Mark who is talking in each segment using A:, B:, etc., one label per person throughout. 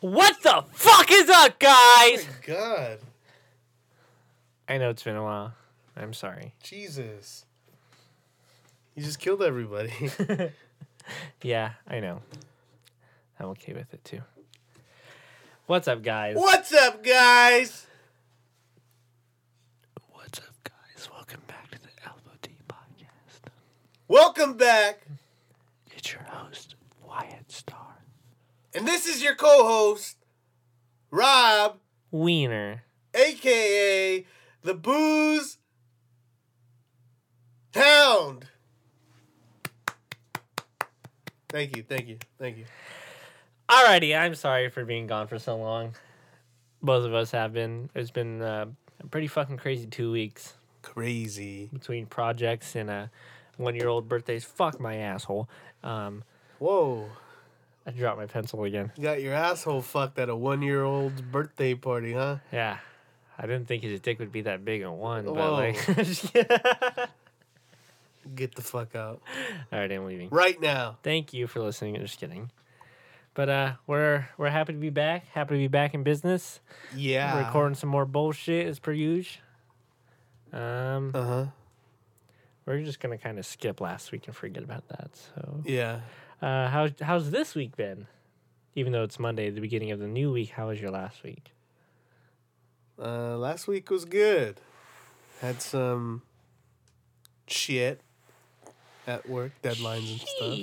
A: What the fuck is up, guys?
B: God,
A: I know it's been a while. I'm sorry.
B: Jesus. You just killed everybody.
A: Yeah, I know. I'm okay with it too. What's up, guys?
B: What's up, guys?
A: What's up, guys? Welcome back to the Elbow D podcast.
B: Welcome back.
A: It's your host, Wyatt Star.
B: And this is your co host, Rob,
A: Wiener.
B: aka the Booze Pound. Thank you, thank you, thank you.
A: Alrighty, I'm sorry for being gone for so long. Both of us have been. It's been uh, a pretty fucking crazy two weeks.
B: Crazy.
A: between projects and a one year old birthdays. Fuck my asshole. Um,
B: Whoa.
A: I dropped my pencil again.
B: You got your asshole fucked at a one year old's birthday party, huh?
A: Yeah. I didn't think his dick would be that big at one, but
B: Whoa.
A: like,
B: Get the fuck out.
A: all right, I'm leaving.
B: Right now.
A: Thank you for listening. I'm just kidding. But uh, we're we're happy to be back. Happy to be back in business.
B: Yeah.
A: Recording some more bullshit as per usual. Um,
B: Uh huh.
A: we're just gonna kind of skip last week and forget about that. So,
B: Yeah.
A: uh, how how's this week been? Even though it's Monday, the beginning of the new week, how was your last week?
B: Uh, last week was good. Had some shit at work, deadlines and stuff.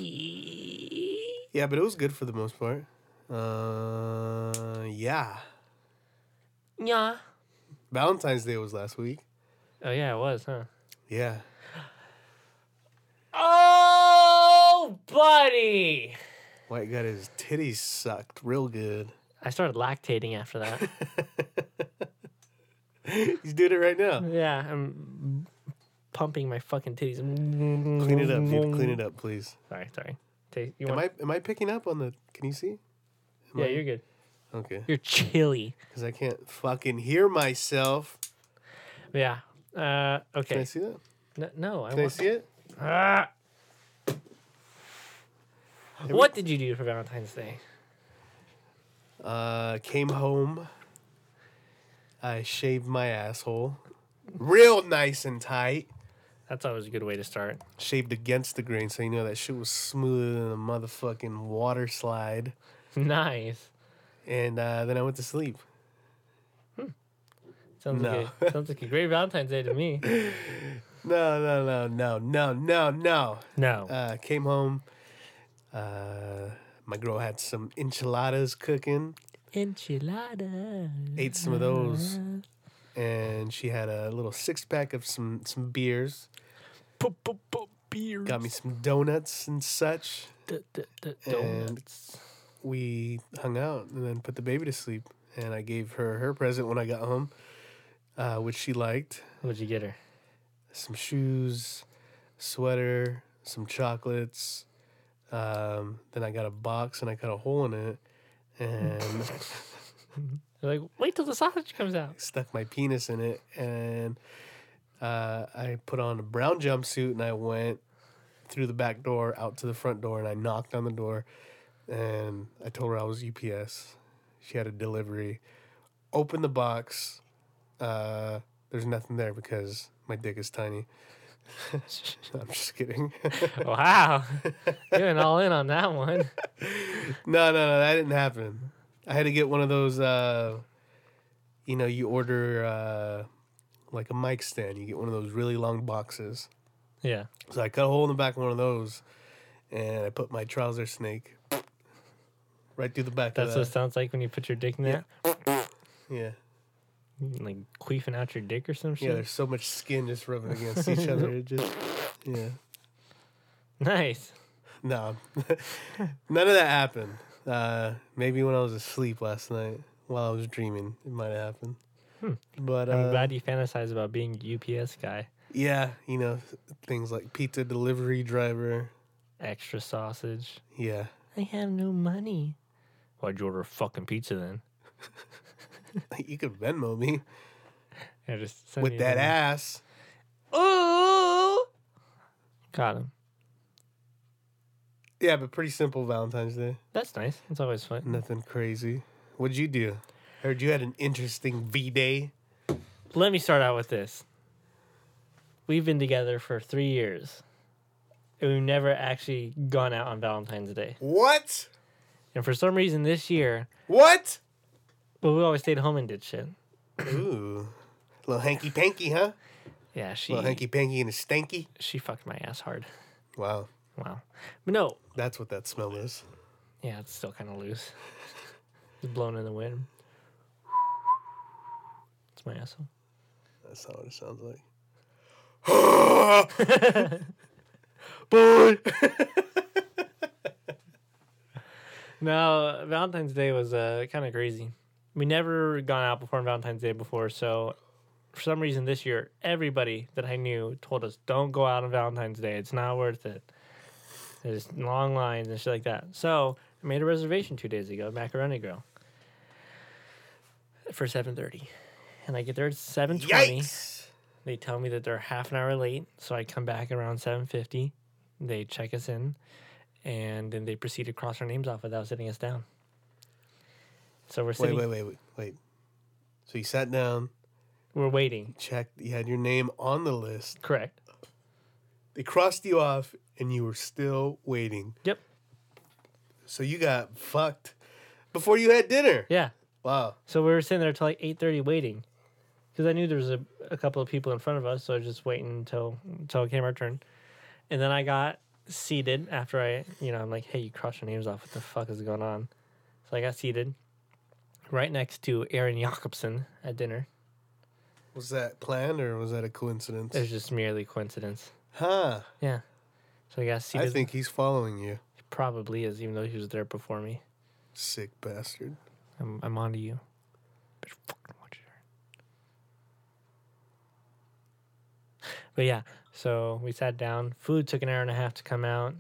B: Yeah, but it was good for the most part. Uh, yeah.
A: Yeah.
B: Valentine's Day was last week.
A: Oh yeah, it was, huh?
B: Yeah.
A: Oh, buddy!
B: White got his titties sucked real good.
A: I started lactating after that.
B: He's doing it right now.
A: yeah, I'm pumping my fucking titties.
B: Clean it up, dude. Clean it up, please.
A: Sorry, sorry. Ta- You
B: Am
A: want?
B: I am I picking up on the? Can you see? Am
A: yeah,
B: I-
A: you're good.
B: okay.
A: You're chilly.
B: Because I can't fucking hear myself.
A: Yeah. Uh,
B: Can I
A: okay.
B: see that?
A: No, no, I
B: Can I
A: want.
B: see it?
A: Ah!
B: Every-
A: What did you do for Valentine's Day?
B: Uh, came home. I shaved my asshole, real nice and tight.
A: That's always a good way to start.
B: Shaved against the grain, so you know that shit was smoother than a motherfucking water slide.
A: Nice.
B: And uh, then I went to sleep.
A: Sounds
B: No.
A: like a, sounds like a great Valentine's Day to me.
B: No, no, no, no, no, no, no.
A: No.
B: Uh, came home. Uh, my girl had some enchiladas cooking.
A: Enchilada.
B: Ate some of those, and she had a little six pack of some some beers.
A: Beer.
B: Got me some donuts and such.
A: donuts.
B: we hung out and then put the baby to sleep. And I gave her her present when I got home, uh, which she liked.
A: What'd you get her?
B: Some shoes, sweater, some chocolates. Um, then I got a box and I cut a hole in it and
A: They're like, wait till the sausage comes out.
B: stuck my penis in it. And uh, I put on a brown jumpsuit and I went through the back door out to the front door and I knocked on the door and I told her I was UPS. She had a delivery. Open the box. Uh, there's nothing there because my dick is tiny. I'm just kidding.
A: Wow. You went all in on that one.
B: no, no, no, that didn't happen. I had to get one of those. Uh, you know, you order uh, like a mic stand. You get one of those really long boxes.
A: Yeah.
B: So I cut a hole in the back of one of those, and I put my trouser snake right through the back
A: That's what
B: of
A: it
B: that.
A: sounds like when you put your dick in there.
B: yeah,
A: Like queefing out your dick or some
B: yeah.
A: shit.
B: There's so much skin just rubbing against each other. It just, yeah.
A: nice.
B: No, none of that happened. Uh, maybe when I was asleep last night while I was dreaming, it might have happened. But
A: Hmm. I'm
B: uh,
A: glad you fantasize about being a UPS guy.
B: yeah, you know things like pizza delivery driver.
A: Extra sausage.
B: Yeah,
A: I have no money. Why'd you order a fucking pizza then?
B: you could Venmo me
A: Yeah, just send me
B: with
A: a
B: that
A: little-
B: ass.
A: Ooh. Got him.
B: Yeah, but pretty simple Valentine's Day.
A: That's nice. It's always fun.
B: Nothing crazy. What'd you do? Heard you had an interesting V Day.
A: Let me start out with this. We've been together for three years, and we've never actually gone out on Valentine's Day.
B: What?
A: And for some reason this year,
B: What?
A: well, we always stayed home and did shit.
B: Ooh. Little hanky panky, huh?
A: Yeah, she
B: Little hanky panky and a stanky.
A: she fucked my ass hard.
B: Wow.
A: Wow. But no,
B: That's what that smell is.
A: yeah, it's still kind of loose. it's blown in the wind. It's my asshole.
B: That's not what it sounds like. Boy.
A: No, Valentine's Day was uh, kind of crazy. We never gone out before on Valentine's Day before, so for some reason this year, everybody that I knew told us don't go out on Valentine's Day. It's not worth it. There's long lines and shit like that. So I made a reservation two days ago at Macaroni Grill for seven thirty, and I get there at seven twenty.
B: Yikes.
A: They tell me that they're half an hour late, so I come back around seven fifty. They check us in, and then they proceed to cross our names off without sitting us down. So we're
B: Wait,
A: sitting,
B: wait, wait, wait, wait. So you sat down,
A: we're waiting.
B: checked, you had your name on the list.
A: Correct.
B: They crossed you off and you were still waiting.
A: Yep.
B: So you got fucked before you had dinner.
A: Yeah.
B: Wow.
A: So we were sitting there till like eight thirty waiting, because I knew there was a, a couple of people in front of us. So I was just waiting until until it came our turn, and then I got seated after I, you know, I'm like, hey, you crossed your names off. What the fuck is going on? So I got seated right next to Aaron Jacobson at dinner.
B: Was that planned or was that a coincidence?
A: It was just merely coincidence.
B: huh.
A: Yeah. So I got
B: I
A: seated.
B: think he's following you.
A: He probably is, even though he was there before me.
B: Sick bastard.
A: I'm, I'm onto you. Better fucking watch it. But yeah, so we sat down. Food took an hour and a half to come out,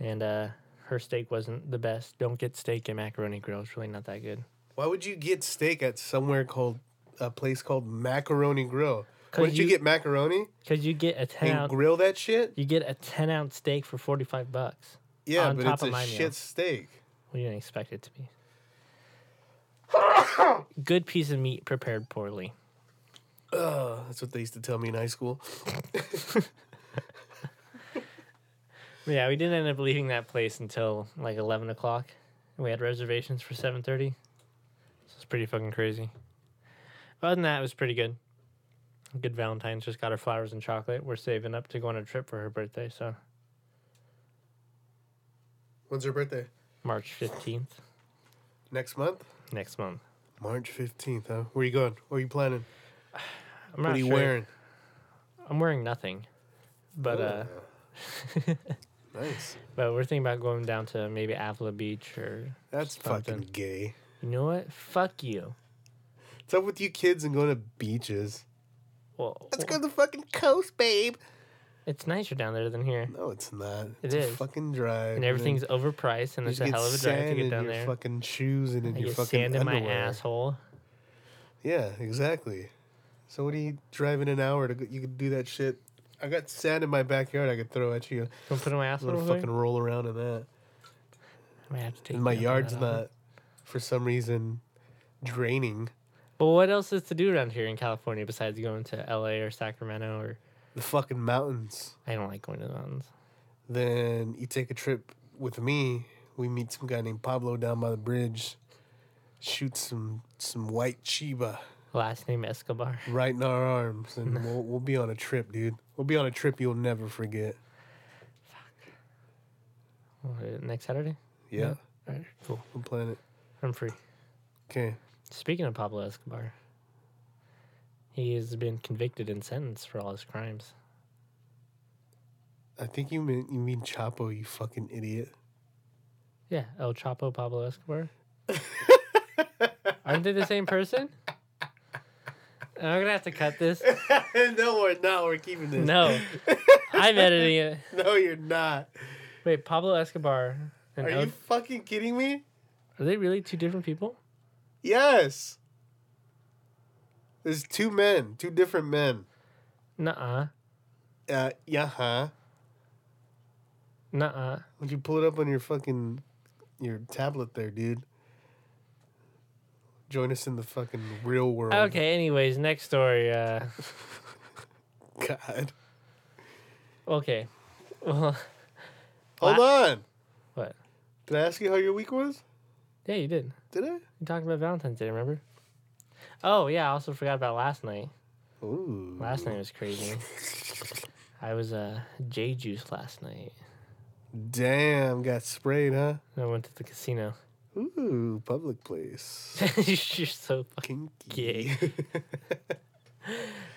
A: and uh, her steak wasn't the best. Don't get steak at Macaroni Grill; it's really not that good.
B: Why would you get steak at somewhere called a place called Macaroni Grill?
A: 'Cause
B: Wouldn't you,
A: you-
B: get macaroni
A: Cause you get a ten
B: and
A: ounce,
B: grill that shit?
A: you get a ten ounce steak for forty five bucks.
B: Yeah,
A: on
B: but
A: top
B: it's
A: of
B: a
A: my meal.
B: shit steak.
A: We didn't expect it to be. good piece of meat prepared poorly.
B: Ugh, that's what they used to tell me in high school.
A: Yeah, we didn't end up leaving that place until like eleven o'clock. We had reservations for seven thirty. So it's pretty fucking crazy. Other than that, it was pretty good. Good Valentine's. Just got her flowers and chocolate. We're saving up to go on a trip for her birthday. So
B: When's her birthday?
A: March fifteenth
B: Next month?
A: next month.
B: March 15th, huh? Where you going? What are you planning?
A: I'm
B: what
A: not
B: are you
A: sure.
B: wearing?
A: I'm wearing nothing, but uh,
B: Oh, Nice.
A: but we're thinking about going down to maybe Avila Beach or
B: That's
A: something.
B: fucking gay.
A: You know what? Fuck you.
B: What's up with you kids and going to beaches?
A: Well,
B: Let's go to the fucking coast, babe.
A: it's nicer down there than here,
B: No, it's not.
A: It
B: It's a
A: is.
B: fucking drive.
A: and everything's overpriced, and
B: You
A: it's
B: just
A: a
B: get
A: hell of a drive to
B: sand
A: get
B: in
A: down
B: your
A: there.
B: Fucking shoes and in
A: I
B: your
A: get
B: fucking
A: sand
B: underwear.
A: in my asshole.
B: Yeah, exactly. So what are you driving an hour to? Go, you could do that shit. I got sand in my backyard. I could throw at you.
A: Don't put it in my
B: I'm
A: asshole.
B: gonna
A: real quick?
B: fucking roll around in that.
A: I might have to take
B: And my
A: you up on
B: yard's
A: that offer.
B: not, for some reason, draining.
A: But what else is to do around here in California besides going to LA or Sacramento or
B: The fucking mountains.
A: I don't like going to the mountains.
B: Then you take a trip with me. We meet some guy named Pablo down by the bridge. Shoot some some white chiba
A: Last name Escobar.
B: right in our arms, and we'll we'll be on a trip, dude. We'll be on a trip you'll never forget.
A: Oh, uh, Next Saturday?
B: Yeah,
A: All right, cool.
B: I'm planning it.
A: I'm free.
B: Okay.
A: Speaking of Pablo Escobar, he has been convicted and sentenced for all his crimes.
B: I think you mean you mean Chapo, you fucking idiot.
A: Yeah, El Chapo Pablo Escobar. Aren't they the same person? I'm gonna have to cut this.
B: no, we're not. We're keeping this.
A: No, I'm editing it.
B: no, you're not.
A: Wait, Pablo Escobar and
B: Are
A: El
B: you fucking kidding me?
A: Are they really two different people?
B: Yes. There's two men, two different men.
A: Nuh uh.
B: Uh, yeah, huh.
A: Nuh-uh.
B: Would you pull it up on your fucking your tablet there, dude? Join us in the fucking real world.
A: Okay. Anyways, next story. Uh,
B: God.
A: okay. Well,
B: Hold on.
A: What?
B: Did I ask you how your week was?
A: yeah, you did.
B: Did I?
A: You talked about Valentine's Day, remember? Oh yeah, I also forgot about last night.
B: Ooh.
A: Last night was crazy. I was uh J juice last night.
B: Damn, got sprayed, huh?
A: I went to the casino.
B: Ooh, public place.
A: You're so fucking.
B: Kinky.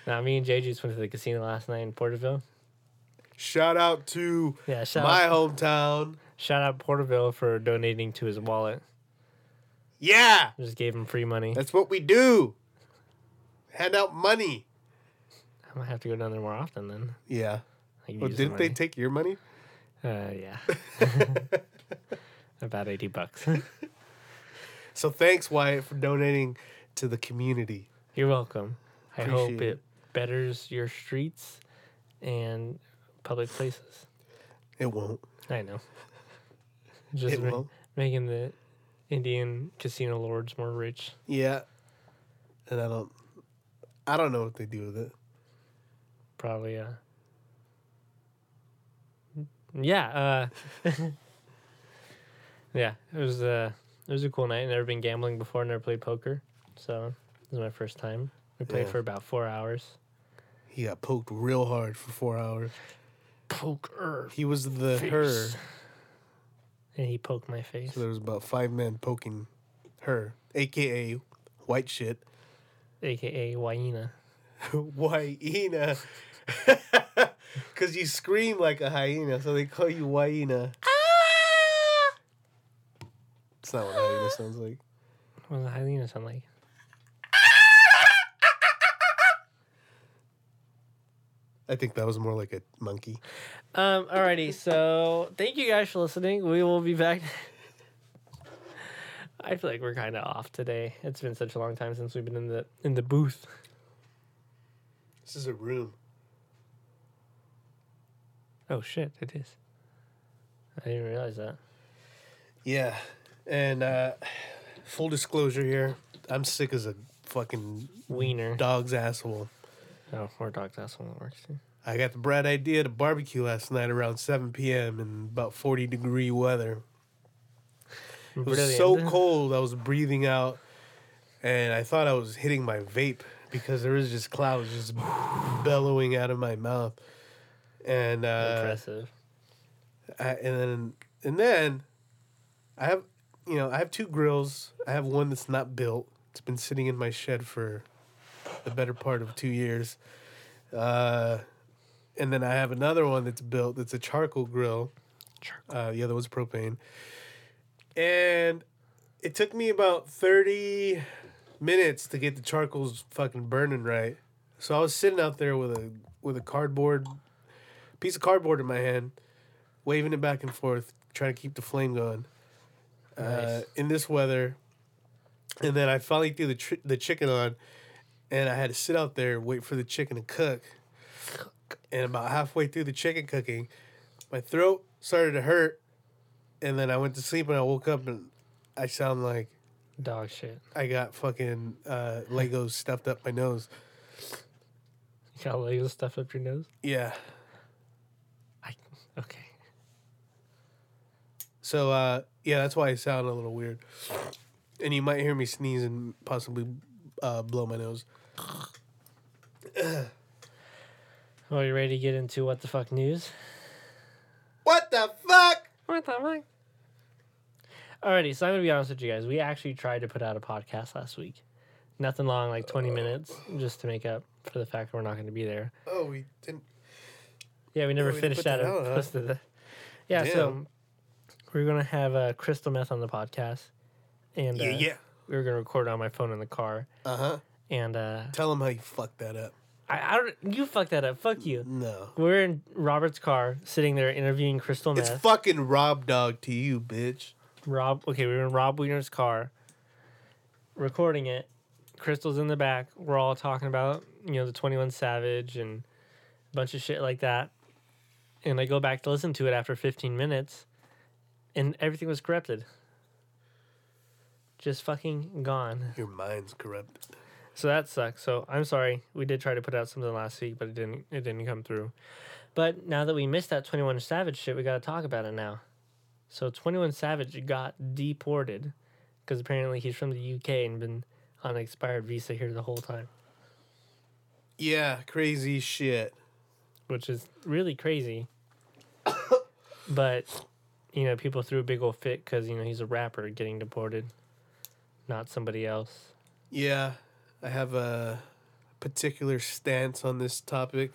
A: Now me and J juice went to the casino last night in Porterville.
B: Shout out to
A: Yeah, shout
B: my
A: out,
B: hometown.
A: shout out Porterville for donating to his wallet.
B: Yeah,
A: Just gave him free money.
B: that's what we do. Hand out money.
A: I might have to go down there more often then.
B: Yeah.
A: I could
B: Well,
A: use the
B: Oh, didn't they
A: money.
B: take your money?
A: Uh, yeah. About eighty bucks.
B: So thanks, Wyatt, for donating to the community.
A: You're welcome. I hope
B: Appreciate
A: it betters your streets and public places.
B: It won't.
A: I know. Just
B: it
A: ma-
B: won't.
A: making the Indian casino lords more rich.
B: Yeah. And I don't. I don't know what they do with it.
A: Probably, uh. Yeah, uh. yeah, it was, uh, it was a cool night. Never been gambling before, never played poker. So, this is my first time. We played
B: Yeah.
A: for about four hours.
B: He got poked real hard for four hours.
A: Poker.
B: He was the her.
A: Face. And he poked my face.
B: So there was about five men poking her, aka white shit,
A: aka Waina.
B: Whyena. Cause you scream like a hyena, so they call you Whyena. Ah! It's not what a hyena sounds like.
A: What does a hyena sound like?
B: I think that was more like a monkey.
A: Um, alrighty, so thank you guys for listening. We will be back. I feel like we're kind of off today. It's been such a long time since we've been in the in the booth.
B: This is a room.
A: Oh shit, it is. I didn't realize that.
B: Yeah. And uh full disclosure here, I'm sick as a fucking
A: Wiener.
B: dog's asshole.
A: Oh, or dog. That's one that works too.
B: I got the bright idea to barbecue last night around 7 p.m. in about 40 degree weather. It was so
A: Brilliant.
B: cold, I was breathing out, and I thought I was hitting my vape because there was just clouds just bellowing out of my mouth. And uh,
A: Impressive.
B: I, and then and then I have you know I have two grills. I have one that's not built. It's been sitting in my shed for the better part of two years. Uh, and then I have another one that's built. That's a charcoal grill. Uh, the other one's propane. And it took me about 30 minutes to get the charcoals fucking burning right. So I was sitting out there with a with a cardboard piece of cardboard in my hand, waving it back and forth, trying to keep the flame going. Uh,
A: Nice.
B: in this weather, and then I finally threw the tr- the chicken on, and I had to sit out there and wait for the chicken to cook. And about halfway through the chicken cooking, my throat started to hurt, and then I went to sleep and I woke up and I sound like
A: Dog shit.
B: I got fucking uh, Legos stuffed up my nose.
A: You got Lego stuff up your nose.
B: Yeah.
A: I okay.
B: So uh, yeah, that's why I sound a little weird, and you might hear me sneeze and possibly uh, blow my nose.
A: Well, you ready to get into what the fuck news?
B: What the fuck?
A: What the fuck? Alrighty, so I'm gonna be honest with you guys. We actually tried to put out a podcast last week. Nothing long, like 20 minutes, just to make up for the fact that we're not gonna be there.
B: Oh, we didn't.
A: Yeah, we never
B: we
A: finished
B: put that
A: that. or
B: out, huh?
A: posted that. Yeah, so
B: Damn.
A: we're gonna have uh, Crystal Meth on the podcast, and uh,
B: Yeah, yeah.
A: we were gonna record it on my phone in the car.
B: Uh huh.
A: And uh,
B: Tell him how you fucked that up.
A: I, I don't, you fucked that up. Fuck you.
B: No.
A: We're in Robert's car, sitting there interviewing Crystal
B: It's
A: Meth.
B: fucking Rob Dog to you, bitch.
A: Rob, okay, we were in Rob Wiener's car, recording it. Crystal's in the back. We're all talking about, you know, the 21 Savage and a bunch of shit like that. and I go back to listen to it after 15 minutes, and everything was corrupted. Just fucking gone.
B: Your mind's corrupted.
A: So that sucks. So I'm sorry. We did try to put out something last week, but it didn't. It didn't come through. But now that we missed that 21 Savage shit, we got to talk about it now. So 21 Savage got deported because apparently he's from the UK and been on an expired visa here the whole time,
B: Yeah, crazy shit.
A: which is really crazy. but you know, people threw a big old fit because you know he's a rapper getting deported, not somebody else.
B: Yeah, I have a particular stance on this topic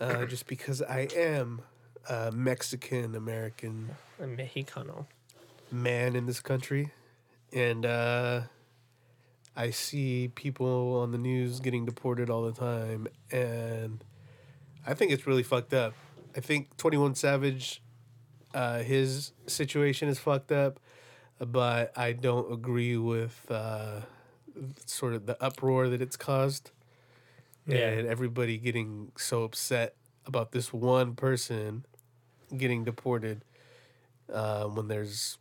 B: uh, just because I am a Mexican American
A: A Mexicano.
B: man in this country. And uh, I see people on the news getting deported all the time. And I think it's really fucked up. I think 21 Savage, uh, his situation is fucked up. But I don't agree with uh, sort of the uproar that it's caused.
A: Yeah.
B: And everybody getting so upset about this one person getting deported uh, when there's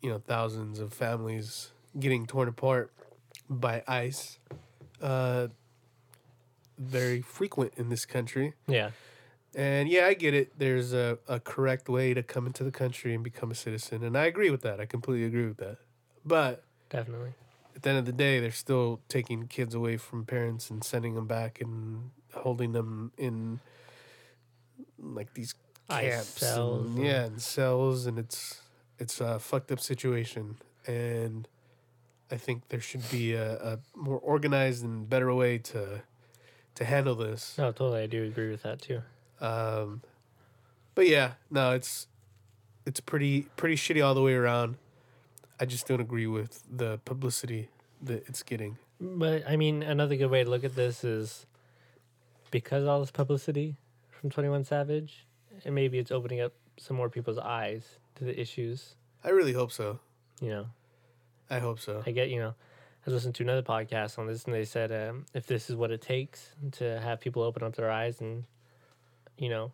B: you know thousands of families getting torn apart by ICE. Uh, very frequent in this country,
A: Yeah.
B: and yeah, I get it. There's a, a correct way to come into the country and become a citizen, and I agree with that. I completely agree with that. But
A: Definitely.
B: at the end of the day, they're still taking kids away from parents and sending them back and holding them in like these
A: Ice
B: camps,
A: cells
B: and,
A: and-
B: yeah, and cells, and it's it's a fucked up situation. And I think there should be a, a more organized and better way to to handle this.
A: No, totally. I do agree with that too.
B: Um, but yeah, no, it's it's pretty pretty shitty all the way around. I just don't agree with the publicity that it's getting.
A: But I mean, another good way to look at this is because all this publicity from Twenty One Savage, and maybe it's opening up some more people's eyes to the issues.
B: I really hope so.
A: You know,
B: I hope so.
A: I get you know, I was listening to another podcast on this, and they said um, if this is what it takes to have people open up their eyes and you know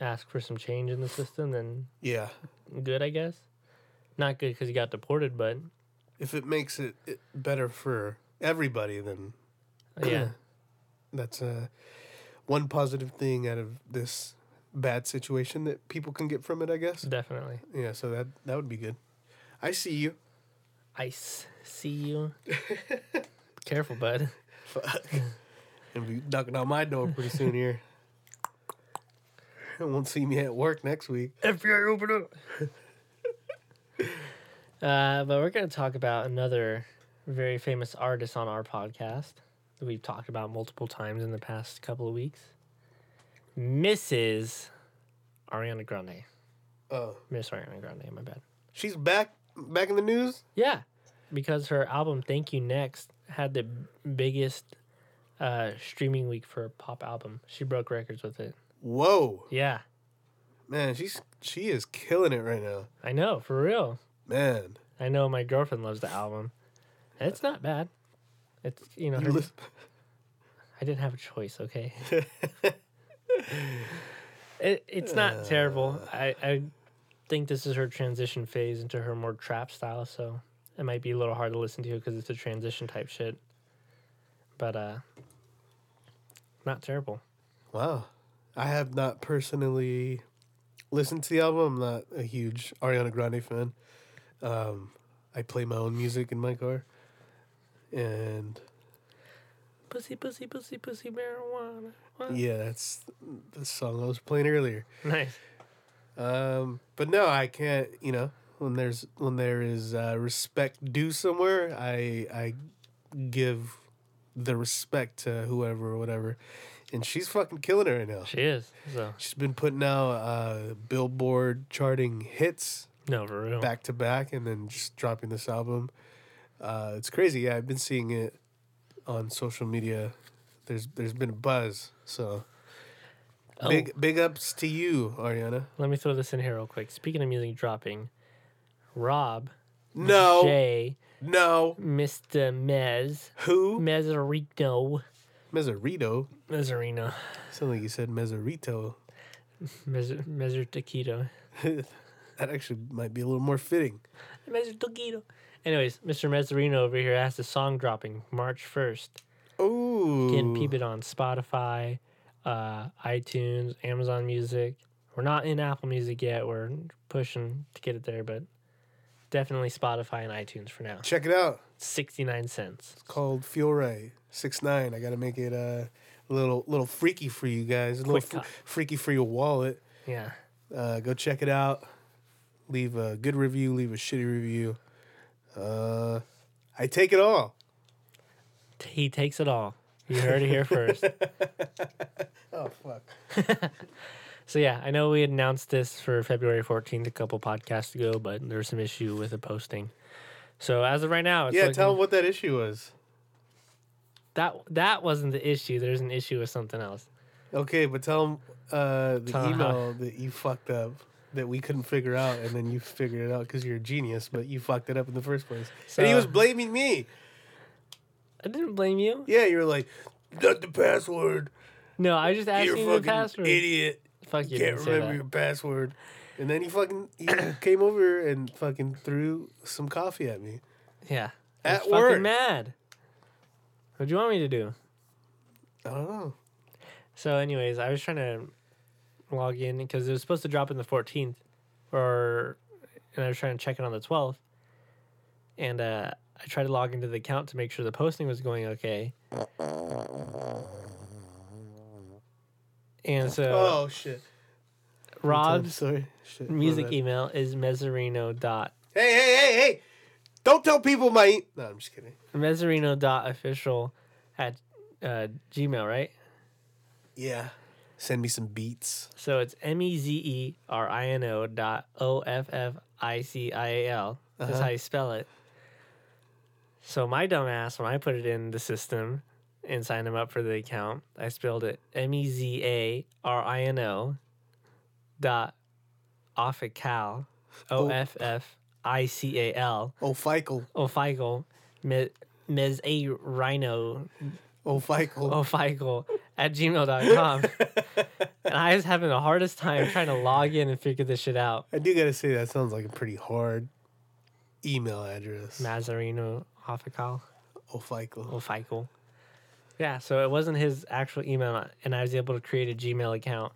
A: ask for some change in the system, then
B: Yeah.
A: good, I guess. Not good because he got deported, but
B: If it makes it, it better for everybody, then
A: yeah,
B: that's uh, one positive thing out of this bad situation that people can get from it, I guess.
A: definitely.
B: Yeah, so that that would be good. I see you.
A: Ice, see you. Careful, bud.
B: Fuck. and be knocking on my door pretty soon here. Won't see me at work next week.
A: FBI, open up. uh, but we're going to talk about another very famous artist on our podcast that we've talked about multiple times in the past couple of weeks. Mrs. Ariana Grande.
B: Oh,
A: Miss Ariana Grande, my bad.
B: she's back, back in the news.
A: Yeah, because her album "Thank You Next" had the biggest uh, streaming week for a pop album. She broke records with it.
B: Whoa,
A: Yeah,
B: man, she's she is killing it right now,
A: I know for real.
B: man.
A: I know my girlfriend loves the album. And It's not bad. It's you know
B: You
A: her,
B: lis-
A: I didn't have a choice. Okay. it, it's not terrible. I, I think this is her transition phase into her more trap style, so it might be a little hard to listen to because it's a transition type shit. But uh, not terrible.
B: Wow. I have not personally listened to the album. I'm not a huge Ariana Grande fan. Um, I play my own music in my car. And
A: Pussy, pussy, pussy, pussy, marijuana. What?
B: yeah, that's the song I was playing earlier.
A: Nice.
B: Um, but no, I can't, you know, when there's when there is uh, respect due somewhere, I I give the respect to whoever or whatever. And she's fucking killing it right now.
A: She is. So
B: She's been putting out uh, Billboard charting hits
A: no, for real.
B: back to back, and then just dropping this album. Uh, it's crazy. Yeah, I've been seeing it on social media. There's there's been a buzz. So
A: Oh.
B: big big ups to you, Ariana.
A: Let me throw this in here real quick. Speaking of music dropping, Rob,
B: No,
A: Jay,
B: no.
A: Mr. Mez,
B: Who?
A: Mezzarino,
B: Mezzarito.
A: Mezzarino,
B: Sound like you said Mezzarito.
A: Measure, measure taquito.
B: that actually might be a little more fitting.
A: Measure taquito. Anyways, Mr. Mezzarino over here has the song dropping March 1st.
B: Ooh.
A: Can peep it on Spotify, uh, iTunes, Amazon Music. We're not in Apple Music yet. We're pushing to get it there, but definitely Spotify and iTunes for now.
B: Check it out.
A: 69 cents.
B: It's called Feel Right Six Nine. I gotta make it a little little freaky for you guys. A little
A: Quick
B: fr-
A: cut.
B: freaky for your wallet.
A: Yeah.
B: Uh, go check it out. Leave a good review. Leave a shitty review. Uh, I take it all.
A: T- He takes it all. You heard it here first.
B: Oh fuck.
A: So yeah, I know we announced this for February 14th a couple podcasts ago, but there was some issue with the posting. So as of right now, it's
B: yeah,
A: looking-
B: tell them what that issue was.
A: that that wasn't the issue. There's an issue with something else.
B: Okay, but tell them uh, the
A: Tell 'em how-
B: email that you fucked up that we couldn't figure out, and then you figured it out because you're a genius, but you fucked it up in the first place. and he
A: So-
B: was blaming me.
A: I didn't blame you.
B: Yeah, you were like, not the password.
A: No, I was just asked
B: You're
A: you
B: a
A: the
B: fucking
A: password.
B: idiot.
A: Fuck you.
B: Can't
A: Didn't say
B: remember
A: that.
B: your password. And then he fucking he came over here and fucking threw some coffee at me.
A: Yeah.
B: At
A: I was
B: work.
A: fucking mad. What do you want me to do?
B: I don't know.
A: So, anyways, I was trying to log in because it was supposed to drop in the 14th, or and I was trying to check it on the 12th, and uh, I tried to log into the account to make sure the posting was going okay. And so
B: oh shit. I'm
A: Rob's
B: sorry. Shit. my
A: music
B: bad.
A: email is mezzarino dot
B: Hey, hey, hey, hey! Don't tell people my. E- no, I'm just kidding.
A: mezzarino dot official at uh, Gmail, right?
B: Yeah. Send me some beats.
A: So it's M E Z E R I N O dot O F F I C I A L. That's how you spell it. So my dumbass, when I put it in the system and signed him up for the account, I spelled it M E Z A R I N O dot offical O F F I C A L
B: Oh, Feigl.
A: offical me- mez a rhino
B: Oh, Feigl.
A: offical at gmail.com. and I was having the hardest time trying to log in and figure this shit out.
B: I do gotta say that sounds like a pretty hard email address.
A: Mazzarino Offical
B: Oh, Feigl.
A: Offical. Yeah, so it wasn't his actual email, and I was able to create a Gmail account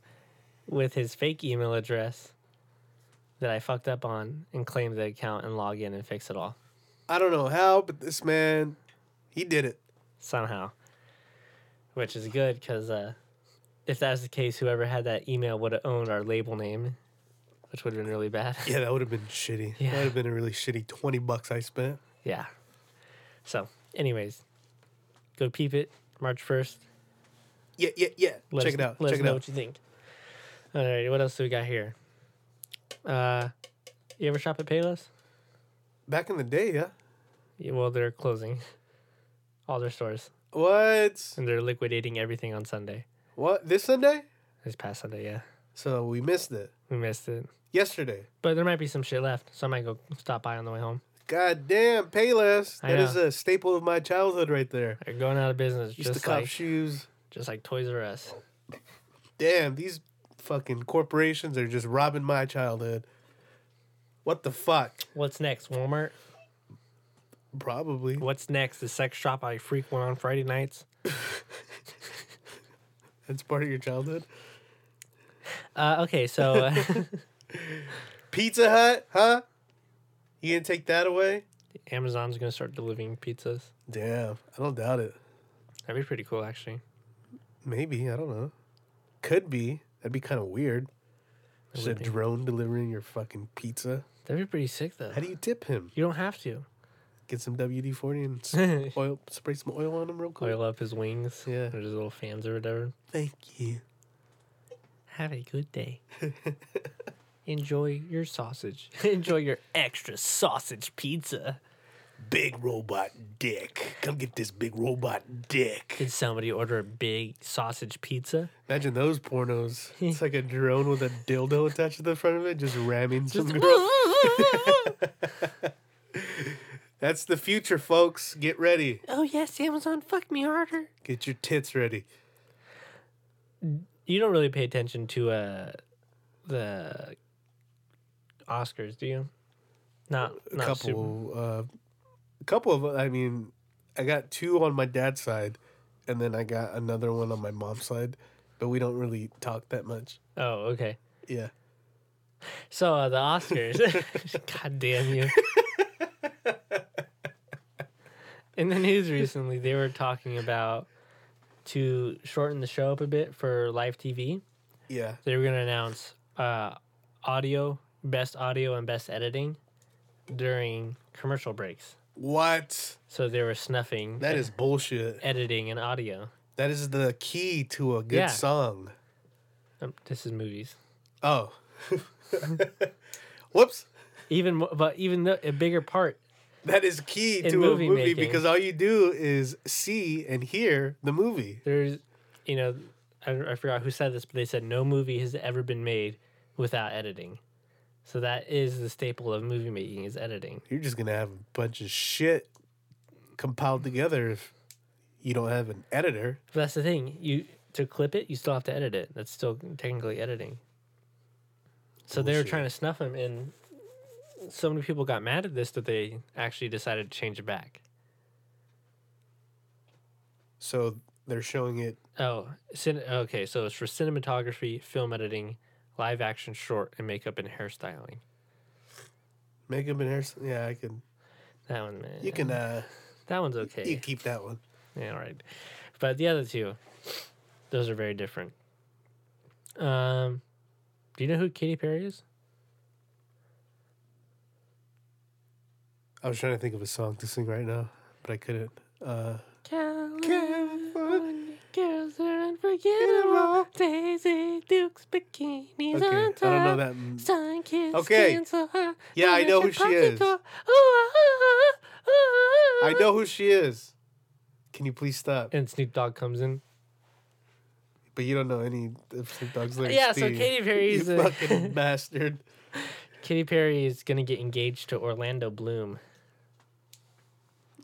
A: with his fake email address that I fucked up on and claim the account and log in and fix it all
B: I don't know how, but this man, he did it.
A: somehow, which is good because uh, if that was the case, whoever had that email would have owned our label name, which would have been really bad.
B: Yeah, that would have been shitty.
A: Yeah.
B: That would have been a really shitty 20 bucks I spent.
A: Yeah. So, anyways, go peep it March 1st.
B: Yeah, yeah, yeah.
A: Let us,
B: Check it out.
A: Let
B: Check
A: us
B: it
A: know
B: out.
A: what you think. All right, what else do we got here? Uh, you ever shop at Payless?
B: Back in the day, yeah.
A: Yeah, well, they're closing all their stores
B: What?
A: and they're liquidating everything on Sunday.
B: What? This Sunday?
A: This past Sunday, yeah.
B: So we missed it.
A: We missed it.
B: Yesterday.
A: But there might be some shit left, so I might go stop by on the way home.
B: God damn, Payless.
A: I
B: That
A: know.
B: is a staple of my childhood right there.
A: They're going out of business
B: Used to
A: just
B: cop
A: like,
B: shoes.
A: just like Toys R Us.
B: damn, these fucking corporations are just robbing my childhood. What the fuck?
A: What's next, Walmart?
B: Probably.
A: What's next? The sex shop I frequent on Friday nights?
B: That's part of your childhood.
A: Uh, okay, so...
B: Pizza Hut, huh? You gonna take that away?
A: Amazon's gonna start delivering pizzas.
B: Damn, I don't doubt it.
A: That'd be pretty cool, actually.
B: Maybe, I don't know. Could be. That'd be kind of weird. Just a
A: would be.
B: drone delivering your fucking pizza.
A: That'd be pretty sick, though.
B: How do you tip him?
A: You don't have to
B: Get some WD 40 and s- oil, spray some oil on him real quick.
A: oil up Oh, his wings.
B: Yeah.
A: or his little fans or whatever.
B: Thank you.
A: Have a good day. Enjoy your sausage. Enjoy your extra sausage pizza.
B: Big robot dick. Come get this big robot dick.
A: Did somebody order a big sausage pizza?
B: Imagine those pornos. It's like a drone with a dildo attached to the front of it, just ramming some girl.
A: oh
B: That's the future, folks. Get ready.
A: Oh, yes, Amazon, fuck me harder.
B: Get your tits ready.
A: You don't really pay attention to uh, the Oscars, do you? Not,
B: A
A: not Super.
B: couple, uh, a couple of. I mean, I got two on my dad's side, and then I got another one on my mom's side, but we don't really talk that much.
A: Oh, okay.
B: Yeah,
A: So uh, the Oscars. God damn you. In the news recently, they were talking about to shorten the show up a bit for live TV.
B: yeah.
A: They were going to announce uh, audio, best audio, and best editing during commercial breaks.
B: What?
A: So they were snuffing
B: That is bullshit.
A: editing and audio.
B: That is the key to a good
A: Yeah.
B: song.
A: Um, this is movies.
B: Oh, whoops.
A: Even mo- but even the, a bigger part
B: That is key
A: In
B: to
A: movie
B: a movie
A: making.
B: because all you do is see and hear the movie.
A: there's you know I, I forgot who said this but they said no movie has ever been made without editing so that is the staple of movie making is editing
B: You're just gonna have a bunch of shit compiled together if you don't have an editor.
A: but that's the thing you to clip it you still have to edit it that's still technically editing so they were
B: Bullshit.
A: trying to snuff him and so many people got mad at this that they actually decided to change it back
B: So they're showing it.
A: oh cin- okay so it's for cinematography film editing live action short and makeup and hairstyling
B: Makeup and hair. Yeah, I can.
A: that one man
B: You can. uh
A: that one's okay
B: You keep that one.
A: Yeah, all right. But the other two, those are very different. Um, do you know who Katy Perry is?
B: I was trying to think of a song to sing right now, but I couldn't. Uh,
A: California girls are unforgettable. Daisy Duke's bikinis
B: okay, I don't know that. m-
A: Sun kiss
B: Okay. skin
A: So hot,
B: Yeah, I know who she is. I know who she is. Can you please stop?
A: And Snoop Dogg comes in.
B: But you don't know any of Snoop Dogg's lyrics.
A: Yeah,
B: do
A: so
B: you?
A: Katy Perry
B: You
A: is a-
B: fucking bastard.
A: Katy Perry is gonna get engaged to Orlando Bloom.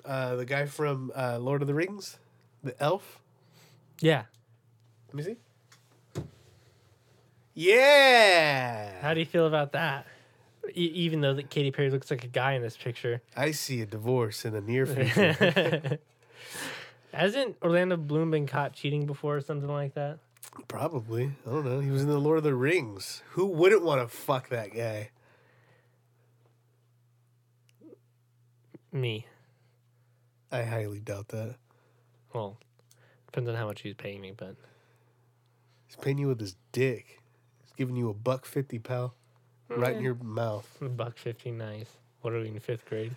B: Uh, the guy from uh, Lord of the Rings, the elf.
A: Yeah.
B: Let me see. Yeah.
A: How do you feel about that? E- even though that Katy Perry looks like a guy in this picture,
B: I see a divorce in the near future.
A: hasn't Orlando Bloom been caught cheating before or something like that?
B: Probably. I don't know. He was in the Lord of the Rings. Who wouldn't want to fuck that guy?
A: Me.
B: I highly doubt that.
A: Well, depends on how much he's paying me, but
B: He's paying you with his dick. He's giving you a buck fifty, pal. Right in your mouth.
A: buck fifty, nice. What are we in fifth grade?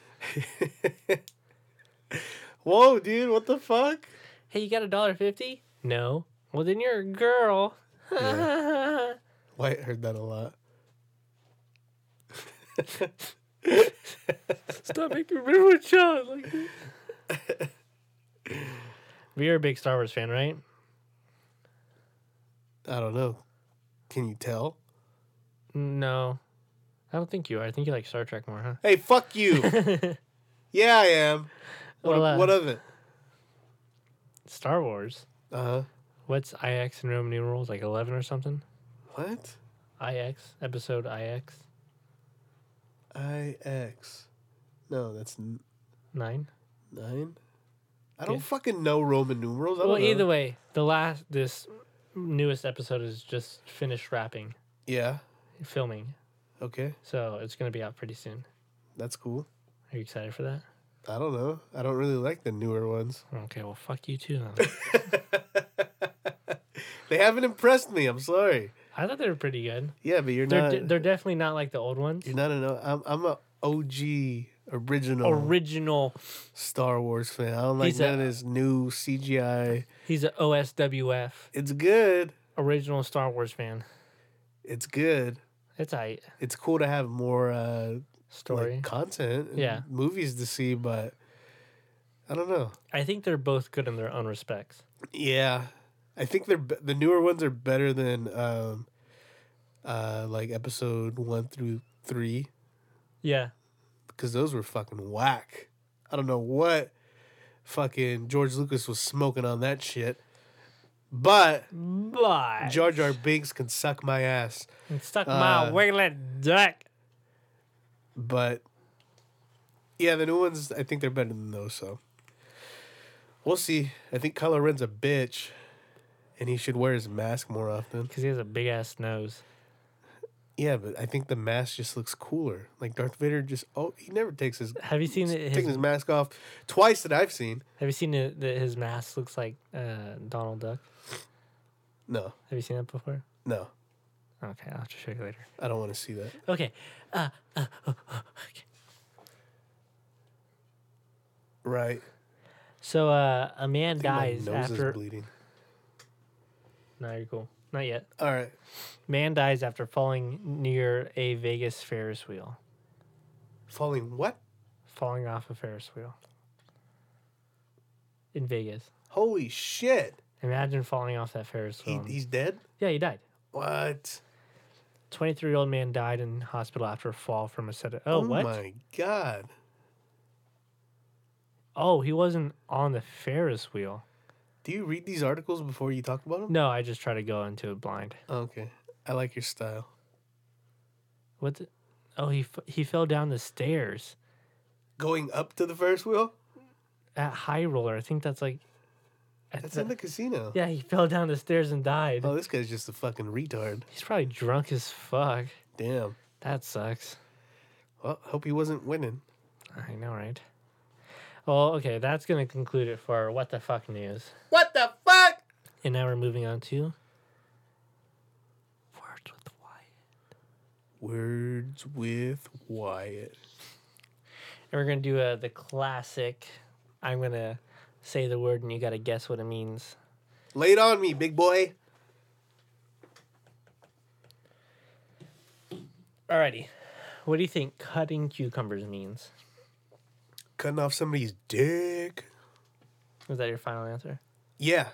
B: Whoa, dude, what the fuck?
A: Hey, you got a dollar fifty? No. Well, then you're a girl.
B: White heard that a lot.
A: Stop making me remember a child like that. But you're a big Star Wars fan, right?
B: I don't know. Can you tell?
A: No. I don't think you are. I think you like Star Trek more, huh?
B: Hey, fuck you. yeah, I am. What,
A: Well, uh,
B: what of it?
A: Star Wars.
B: Uh huh.
A: What's IX in Roman numerals? Like 11 or something?
B: What?
A: IX, episode IX,
B: I X. No, that's n-
A: 9.
B: nine. I don't
A: Okay.
B: fucking know Roman numerals. I don't
A: Well,
B: know.
A: either way, the last, this newest episode is just finished wrapping,
B: Yeah.
A: filming.
B: Okay.
A: So it's going to be out pretty soon.
B: That's cool.
A: Are you excited for that?
B: I don't know. I don't really like the newer ones.
A: Okay, well, fuck you too. then.
B: They haven't impressed me. I'm sorry.
A: I thought they were pretty good.
B: Yeah, but you're
A: They're,
B: not.
A: de- they're definitely not like the old ones.
B: you're not an. o- I'm. I'm a OG original
A: Original.
B: Star Wars fan. I don't like
A: He's a-
B: none of this new CGI.
A: He's a OSWF,
B: It's good.
A: original Star Wars fan.
B: It's good.
A: It's a
B: It's cool to have more uh,
A: story.
B: like content. and
A: Yeah.
B: movies to see, but I don't know.
A: I think they're both good in their own respects.
B: Yeah, I think they're be- the newer ones are better than um, uh, like episode one through three
A: Yeah.
B: because those were fucking whack. I don't know what fucking George Lucas was smoking on that shit. But
A: Bye.
B: Jar Jar Binks can suck my ass.
A: Stuck my
B: uh,
A: wiggling dick.
B: But yeah, the new ones I think they're better than those. So we'll see. I think Kylo Ren's a bitch, and he should wear his mask more often.
A: Because he has a big ass nose.
B: Yeah, but I think the mask just looks cooler. Like Darth Vader just oh he never takes his
A: Have you seen that his,
B: taking his mask off twice that I've seen.
A: Have you seen that that his mask looks like uh, Donald Duck?
B: No,
A: Have you seen that before?
B: no,
A: Okay, I'll have to show you later.
B: I don't want to see that.
A: Okay. Uh, uh, okay.
B: Right,
A: So uh, a man
B: I think my
A: dies
B: nose
A: after.
B: is bleeding.
A: no, you're cool. Not yet.
B: All right,
A: Man dies after falling near a Vegas Ferris wheel.
B: falling what?
A: Falling off a Ferris wheel. In Vegas.
B: Holy shit!
A: Imagine falling off that Ferris
B: He,
A: wheel.
B: he's dead.
A: yeah, he died.
B: What?
A: 23 year old man died in hospital after a fall from a set of. Oh, what?
B: my god!
A: Oh, he wasn't on the Ferris wheel.
B: Do you read these articles before you talk about them?
A: No, I just try to go into it blind.
B: Okay, I like your style.
A: What? The, oh, he f- he fell down the stairs
B: Going up to the Ferris wheel.
A: at High Roller. I think that's like. at
B: That's
A: the-
B: in the casino.
A: yeah, he fell down the stairs and died.
B: Oh, this guy's just a fucking retard.
A: He's probably drunk as fuck.
B: Damn.
A: That sucks.
B: Well, hope he wasn't winning.
A: I know, right? Well, okay, that's gonna conclude it for our what the fuck news.
B: What the fuck?
A: And now we're moving on to words with Wyatt,
B: Words with Wyatt.
A: and we're gonna do uh, the classic. I'm gonna say the word, and you gotta guess what it means.
B: Lay it on me, big boy.
A: Alrighty, what do you think cutting cucumbers means?
B: Cutting off somebody's dick.
A: Is that your final answer?
B: Yeah.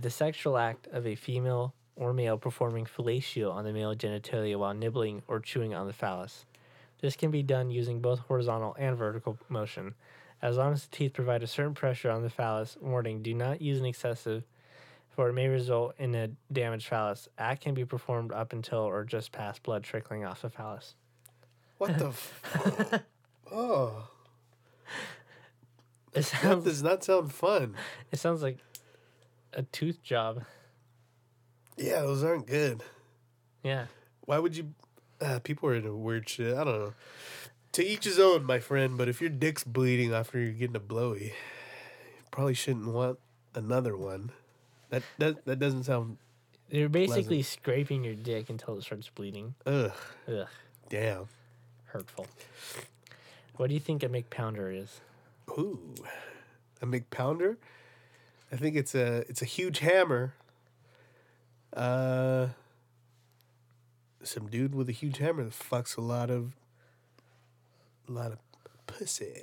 A: The sexual act of a female or male performing fellatio on the male genitalia while nibbling or chewing on the phallus. This can be done using both horizontal and vertical motion. As long as the teeth provide a certain pressure on the phallus, warning do not use an excessive, for it may result in a damaged phallus. Act can be performed up until or just past blood trickling off the phallus.
B: What the? F- oh,
A: It
B: that
A: sounds,
B: does not sound fun.
A: it sounds like a tooth job.
B: Yeah, those aren't good.
A: Yeah.
B: Why would you? Uh, people are into weird shit. I don't know. To each his own, my friend. But if your dick's bleeding after you're getting a blowy, you probably shouldn't want another one. That that that doesn't sound.
A: You're basically scraping your dick until it starts bleeding.
B: Ugh.
A: Ugh.
B: Damn.
A: hurtful. What do you think a McPounder is?
B: Ooh. A McPounder. I think it's a it's a huge hammer. Uh. Some dude with a huge hammer that fucks a lot of. A lot of pussy.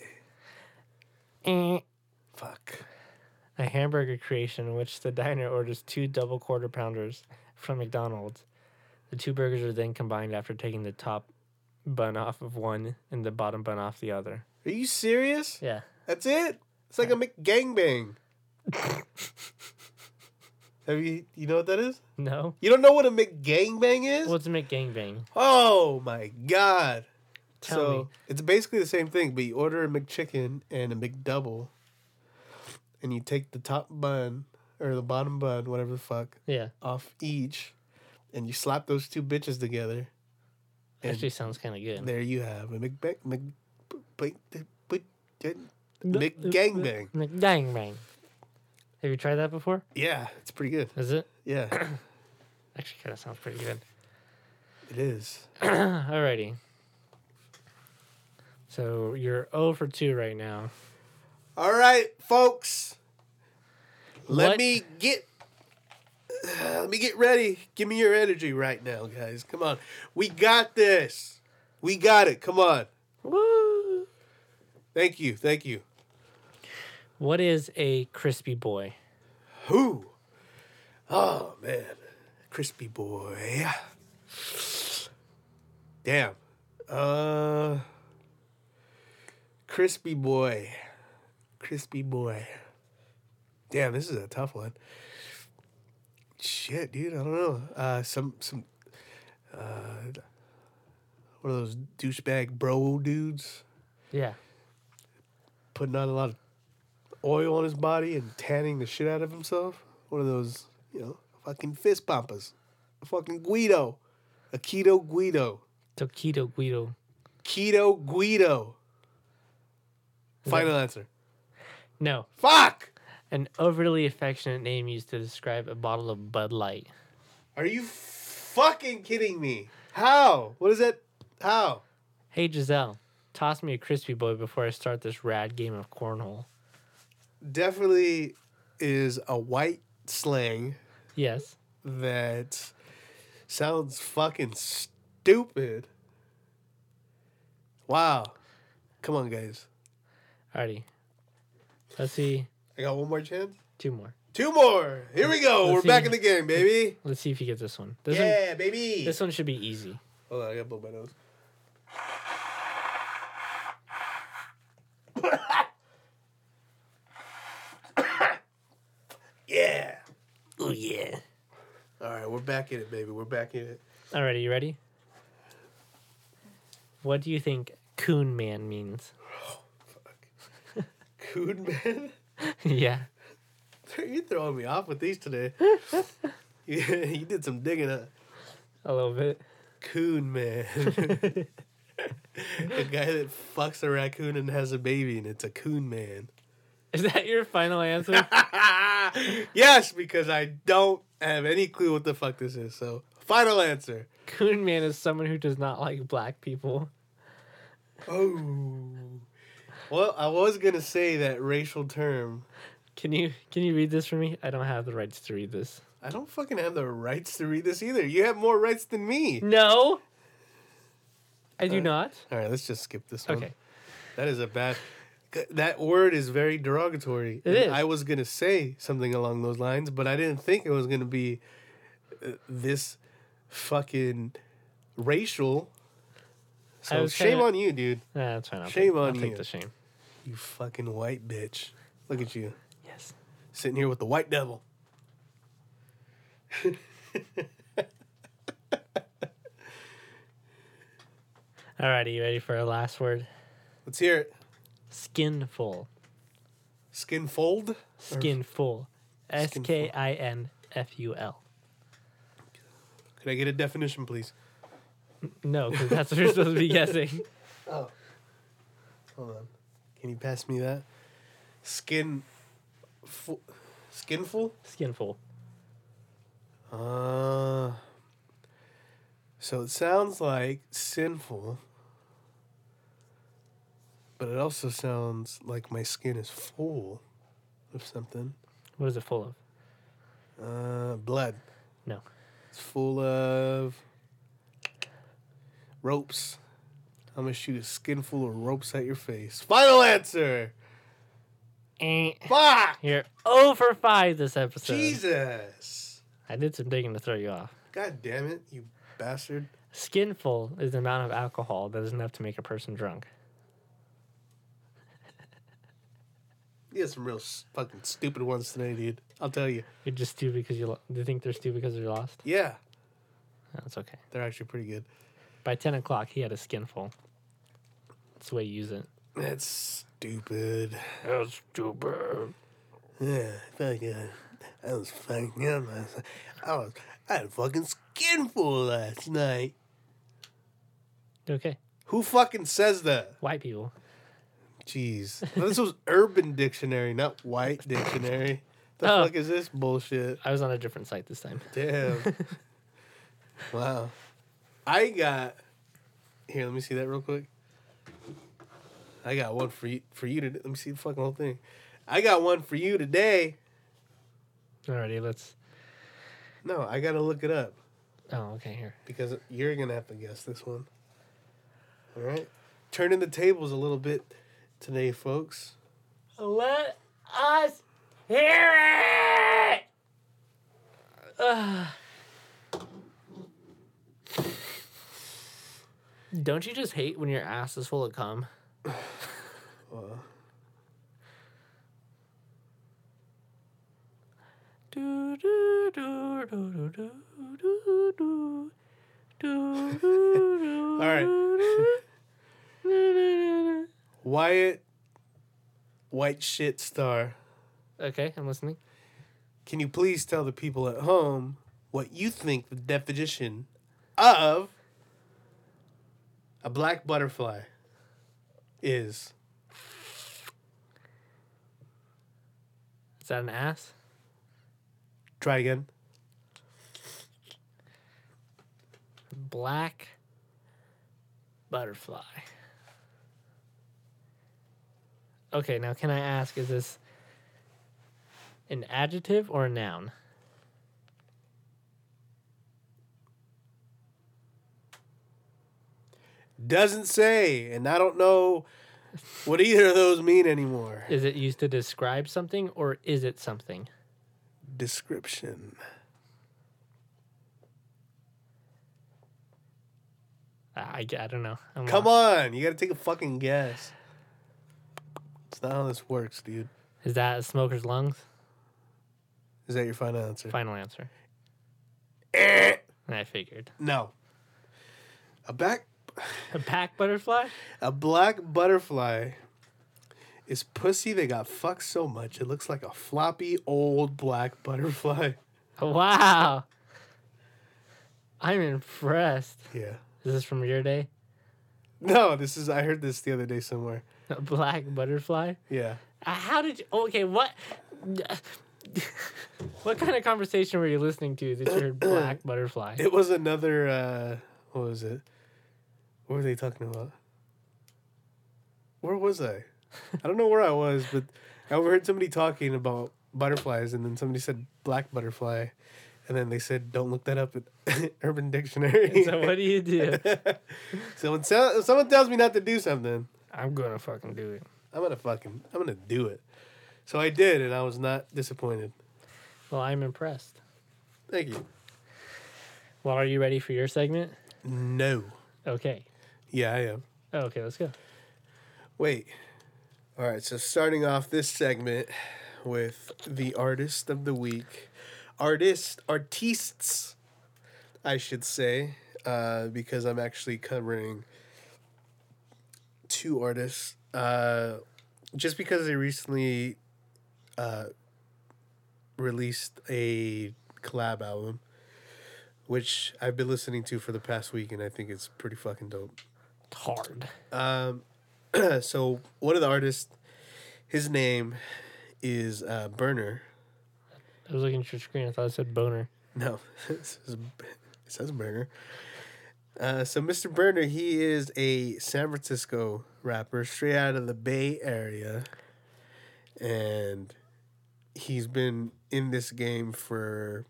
A: Eh.
B: Fuck.
A: A hamburger creation in which the diner orders two double quarter pounders from McDonald's. The two burgers are then combined after taking the top bun off of one and the bottom bun off the other.
B: Are you serious?
A: Yeah.
B: That's it. It's like a McGangbang. Have you you know what that is?
A: No?
B: You don't know what a McGangbang is?
A: What's a McGangbang?
B: Oh my god.
A: Tell
B: so
A: me.
B: it's basically the same thing, but you order a McChicken and a McDouble and you take the top bun or the bottom bun, whatever the fuck,
A: Yeah.
B: off each and you slap those two bitches together. And-
A: Actually sounds kind of good.
B: There you have a McBang Mc, Mc, Mc, McGangbang.
A: McGangbang. Have you tried that before?
B: Yeah, it's pretty good.
A: Is it?
B: Yeah,
A: Actually kind of sounds pretty good.
B: it is.
A: Alrighty. So you're 0 for 2 right now.
B: All right, folks. Let
A: What-
B: me get uh, let me get ready. Give me your energy right now, guys. Come on. We got this. We got it. Come on.
A: Woo!
B: Thank you. Thank you.
A: What is a crispy boy?
B: Who? Oh man. Crispy boy. Damn. Uh Crispy boy. Crispy boy. Damn, this is a tough one. Shit, dude, I don't know. Uh, some some uh, one of those douchebag bro dudes
A: Yeah.
B: putting on a lot of oil on his body and tanning the shit out of himself. One of those, you know, fucking fist bumpers. A fucking Guido. A keto Guido.
A: Tokido Guido.
B: Keto Guido. Final answer.
A: No,
B: Fuck!
A: an overly affectionate name used to describe a bottle of Bud Light.
B: Are you fucking kidding me? How? What is that? How?
A: Hey Giselle, toss me a crispy boy before I start this rad game of cornhole.
B: Definitely is a white slang
A: Yes.
B: that sounds fucking stupid. Wow. Come on, guys.
A: Alrighty. Let's see.
B: I got one more chance.
A: Two more.
B: Two more. Here we go.
A: Let's
B: We're back
A: see.
B: in the game, baby.
A: Let's see if you get this one. This one
B: yeah, baby.
A: this one should be easy.
B: Hold on, I gotta blow my nose. yeah.
A: Oh yeah.
B: All right, we're back in it, baby. We're back in it.
A: Alrighty, you ready? What do you think coon man means?
B: Coon man,
A: yeah.
B: you're throwing me off with these today. you, you did some digging, huh?
A: A little bit.
B: Coon man, the guy that fucks a raccoon and has a baby, and it's a coon man.
A: Is that your final answer?
B: yes, because I don't have any clue what the fuck this is. So, final answer.
A: coon man is someone who does not like black people.
B: Oh. Well, I was going to say that racial term.
A: Can you can you read this for me? I don't have the rights to read this.
B: I don't fucking have the rights to read this either. You have more rights than
A: Mm.
B: me.
A: No. I do
B: Uh,
A: not.
B: All right, let's just skip this one.
A: Okay.
B: That is a bad. That word is very derogatory.
A: It
B: And
A: is.
B: I was going to say something along those lines, but I didn't think it was going to be uh, this fucking racial. So,
A: was
B: shame
A: kinda-
B: on you, dude.
A: Nah, that's fine. I'll
B: Shame
A: take, I'll
B: on
A: take
B: you.
A: the shame.
B: You fucking white bitch. Look at you
A: Yes.
B: sitting here with the white devil.
A: Alrighty, you ready for our last word?
B: Let's hear it.
A: Skinful.
B: Skin fold.
A: Skinful. S K I N F U L.
B: Could I get a definition, please?
A: No, because that's what you're supposed to be guessing.
B: Oh. Hold on. Can you pass me that? Skin. Fo- skinful?
A: Skinful.
B: Uh. So it sounds like sinful, but it also sounds like my skin is full of something.
A: What is it full of?
B: Uh, blood.
A: No.
B: It's full of ropes. I'm gonna shoot a skin full of ropes at your face. Final answer.
A: Eh.
B: Fuck.
A: You're over five this episode.
B: Jesus.
A: I did some digging to throw you off.
B: God damn it, you bastard.
A: Skinful is the amount of alcohol that is enough to make a person drunk.
B: You had some real s- fucking stupid ones today, dude. I'll tell you.
A: You're just stupid because you, lo- you think they're stupid because they're lost.
B: Yeah,
A: That's okay.
B: they're actually pretty good.
A: By 10 o'clock, he had a skinful. That's the way you use it.
B: That's stupid.
A: That's stupid.
B: Yeah, fucking. I was fucking up. last- I was. I had a fucking skin full last night.
A: Okay.
B: Who fucking says that?
A: White people.
B: Jeez. Well, this was Urban Dictionary, not White Dictionary. The
A: Oh.
B: fuck is this bullshit?
A: I was on a different site this time.
B: Damn. wow. I got here. Let me see that real quick. I got one for you. For you to let me see the fucking whole thing. I got one for you today.
A: Alrighty, let's.
B: No, I gotta look it up
A: Oh, okay, here.
B: because you're gonna have to guess this one. All right, turning the tables a little bit today, folks.
A: Let us hear it! Don't you just hate when your ass is full of cum? Do, do, do, do, do, do, do, do. Do, do, do,
B: All right.
A: do, do.
B: Wyatt, white shit star.
A: okay, I'm listening.
B: Can you please tell the people at home what you think the definition of a black butterfly is?
A: Is that an ass?
B: Try again.
A: Black butterfly. Okay, now can I ask, is this an adjective or a noun?
B: Doesn't say, and I don't know what either of those mean anymore.
A: Is it used to describe something or is it something?
B: Description.
A: I, I don't know. I'm
B: Come
A: lost.
B: on, you gotta take a fucking guess. It's not how this works, dude.
A: Is that a smoker's lungs?
B: Is that your final answer?
A: Final answer.
B: Eh,
A: I figured.
B: no. A back
A: A pack butterfly?
B: A black butterfly is pussy that got fucked so much it looks like a floppy old black butterfly.
A: Wow. I'm impressed.
B: Yeah.
A: Is this from your day?
B: No, this is I heard this the other day somewhere.
A: A black butterfly?
B: Yeah.
A: Uh, How did you? Okay, what? what kind of conversation were you listening to that you heard black butterfly?
B: It was another uh what was it? What were they talking about? Where was I? I don't know where I was, but I overheard somebody talking about butterflies and then somebody said black butterfly and then they said don't look that up at Urban Dictionary.
A: So what do you do?
B: So when so- if someone tells me not to do something,
A: I'm gonna fucking do it.
B: I'm gonna fucking I'm gonna do it. So I did, and I was not disappointed.
A: Well, I'm impressed.
B: Thank you.
A: Well, are you ready for your segment?
B: No.
A: Okay.
B: Yeah, I am.
A: Okay, let's go.
B: Wait. All right. So starting off this segment with the artist of the week, artist artists, I should say, uh, because I'm actually covering two artists. Uh, just because they recently uh, released a collab album, which I've been listening to for the past week, and I think it's pretty fucking dope.
A: It's hard.
B: Um, so one of the artists, his name is uh, Burner.
A: I was looking at your screen. I thought it said boner.
B: No, it says, it says Burner. Uh, so Mr. Burner, he is a San Francisco rapper, straight out of the Bay Area, and he's been in this game for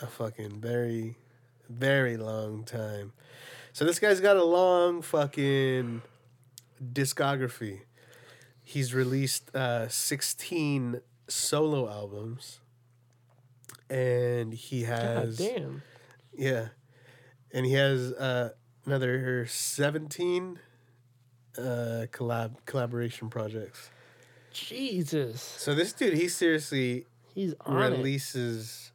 B: a fucking very, very long time. So this guy's got a long fucking discography. He's released uh, 16 solo albums. And he
A: God
B: has
A: damn.
B: yeah, and he has uh, another seventeen uh, collab collaboration projects.
A: Jesus.
B: So this dude, he seriously
A: He's on it.
B: releases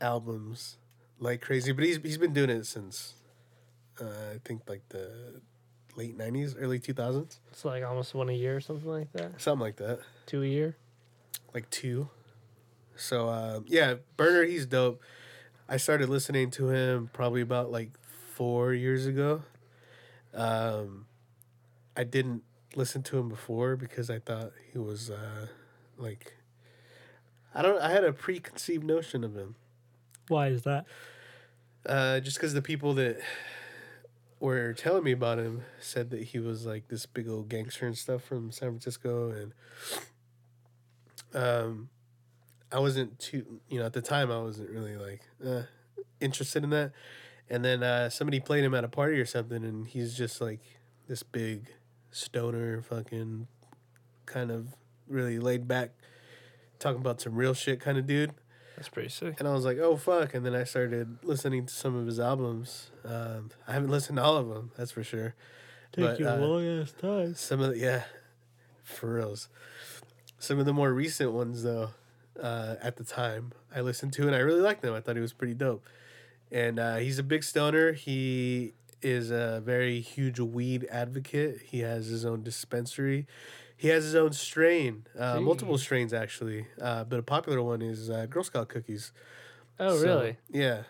B: albums like crazy, but he's he's been doing it since uh, I think like the late nineties, early two thousands,
A: It's like almost one a year or something like that.
B: something like that.
A: Two a year.
B: like two. So uh, yeah, Burner, he's dope. I started listening to him probably about like four years ago. Um, I didn't listen to him before because I thought he was uh, like I don't. I had a preconceived notion of him
A: Why is that?
B: uh, just because the people that were telling me about him said that he was like this big old gangster and stuff from San Francisco, and um, I wasn't too, you know, at the time I wasn't really like uh, interested in that. And then uh, somebody played him at a party or something, and he's just like this big stoner, fucking kind of really laid back, talking about some real shit kind of dude
A: That's pretty sick.
B: and I was like, "Oh fuck!" And then I started listening to some of his albums. Um, I haven't listened to all of them, that's for sure.
A: Take
B: But,
A: you a
B: uh,
A: long ass time.
B: Some of the yeah, for reals. Some of the more recent ones though, uh, at the time I listened to, and I really liked him. I thought he was pretty dope. And uh, he's a big stoner. He is a very huge weed advocate. He has his own dispensary. He has his own strain, uh, multiple
A: Jeez.
B: strains actually. Uh, but a popular one is uh, Girl Scout cookies.
A: Oh,
B: So,
A: really?
B: Yeah.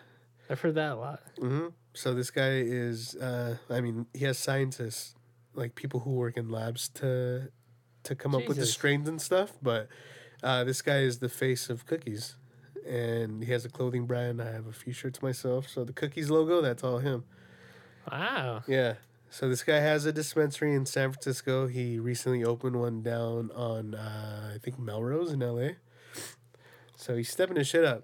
A: I've heard that a lot.
B: hmm So this guy is, uh, I mean, he has scientists, like people who work in labs to to come up with the
A: Jesus.
B: strains and stuff. But uh, this guy is the face of cookies, and he has a clothing brand. I have a few shirts myself. So the cookies logo, that's all him.
A: Wow.
B: Yeah. So this guy has a dispensary in San Francisco. He recently opened one down on uh, I think Melrose in L.A. So he's stepping his shit up.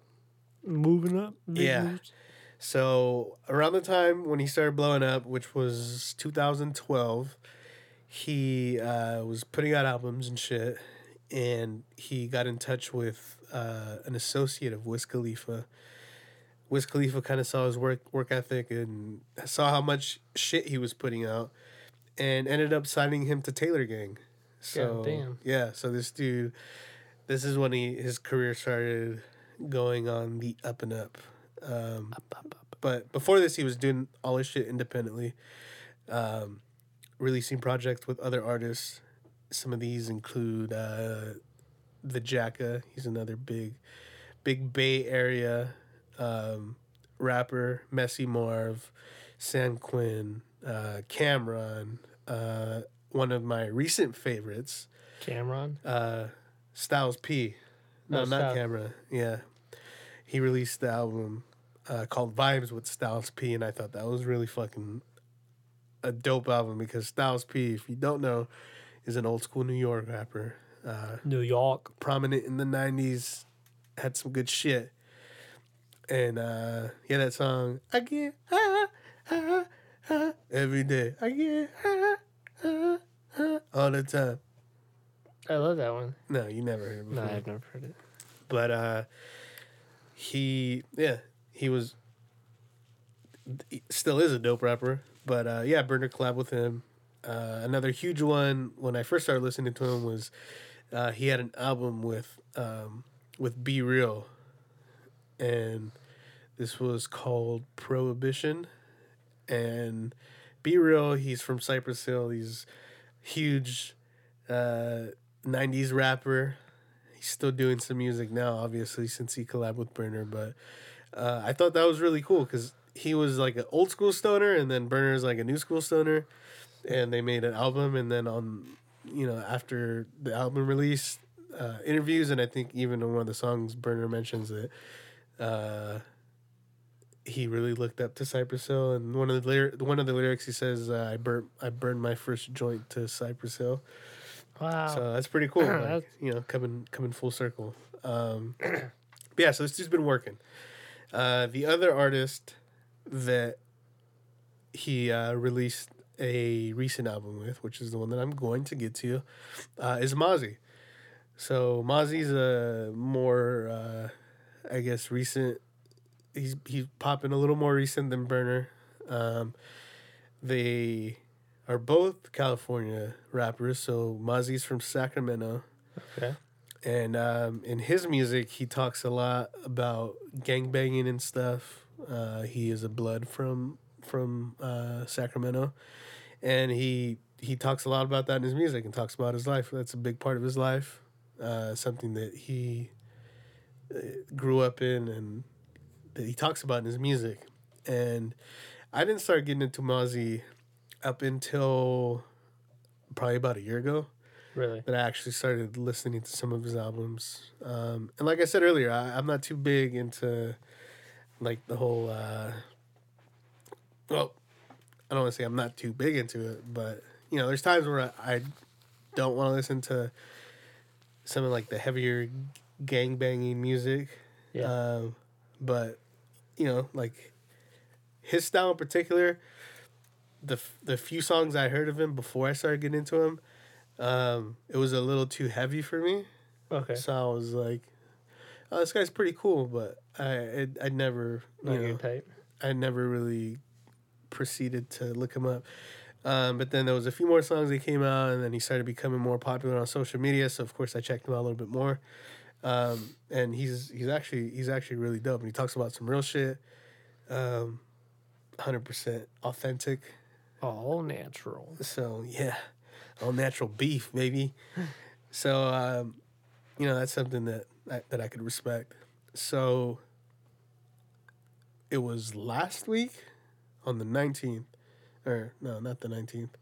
A: Moving up. big
B: Yeah.
A: moves.
B: So around the time when he started blowing up, which was 2012, he uh, was putting out albums and shit, and he got in touch with uh, an associate of Wiz Khalifa. Wiz Khalifa kind of saw his work work ethic and saw how much shit he was putting out, and ended up signing him to Taylor Gang. So
A: damn.
B: yeah, so this dude, this is when he his career started going on the up and up. Um, but before this, he was doing all his shit independently, um, releasing projects with other artists. Some of these include uh, the Jacka. He's another big, big Bay Area um, rapper. Messy Marv, San Quinn, uh, Cameron. Uh, one of my recent favorites,
A: Cameron.
B: uh, Styles P. No,
A: Oh,
B: not
A: Styles.
B: Camera. Yeah. He released the album uh, called Vibes with Styles P, and I thought that was really fucking a dope album because Styles P, if you don't know, is an old school New York rapper. Uh,
A: New York.
B: prominent in the 90s, had some good shit. And uh, he had that song, I get high, high, high, every day. I get high, high, high, all the time.
A: I love that one.
B: No, you never heard it
A: No,
B: before.
A: I've never heard it.
B: but uh he yeah he was he still is a dope rapper but uh yeah burner collab with him uh another huge one when i first started listening to him was uh he had an album with um with be real and this was called prohibition and be real he's from cypress hill he's huge uh 90s rapper he's still doing some music now, obviously, since he collabed with Burner. But uh, I thought that was really cool because he was like an old school stoner, and then Burner is like a new school stoner, and they made an album. And then on, you know, after the album release, uh, interviews, and I think even in one of the songs, Burner mentions that. Uh, he really looked up to Cypress Hill, and one of the lyri- one of the lyrics he says, uh, "I burnt I burned my first joint to Cypress Hill,"
A: Wow.
B: So that's pretty cool. like,
A: That's-
B: you know, coming coming full circle. Um, but yeah, so this dude's been working. Uh, the other artist that he uh, released a recent album with, which is the one that I'm going to get to, uh, is Mozzie. So Mozzie's a more, uh, I guess, recent. He's he's popping a little more recent than Burner. Um, they are both California rappers. So Mozzie's from Sacramento.
A: Okay.
B: And um, in his music, he talks a lot about gangbanging and stuff. Uh, he is a blood from from uh, Sacramento, and he he talks a lot about that in his music and talks about his life. That's a big part of his life, uh, something that he uh, grew up in and that he talks about in his music. And I didn't start getting into Mozzie up until probably about a year ago
A: really.
B: that I actually started listening to some of his albums. Um, and like I said earlier, I, I'm not too big into like the whole. Uh, well, I don't want to say I'm not too big into it, but you know, there's times where I, I don't want to listen to some of like the heavier gang banging music.
A: Yeah.
B: Um, but you know, like his style in particular, the f- the few songs I heard of him before I started getting into him, um, it was a little too heavy for me.
A: okay.
B: So I was like, "Oh, this guy's pretty cool," but I I, I never you
A: Not your
B: know,
A: type.
B: I never really proceeded to look him up. Um, but then there was a few more songs that came out, and then he started becoming more popular on social media. So of course I checked him out a little bit more, Um, and he's he's actually he's actually really dope, and he talks about some real shit. Um, hundred percent authentic.
A: All natural.
B: So yeah, all natural beef, baby. So um, you know that's something that I, that I could respect. So it was last week on the nineteenth, or no, not the nineteenth.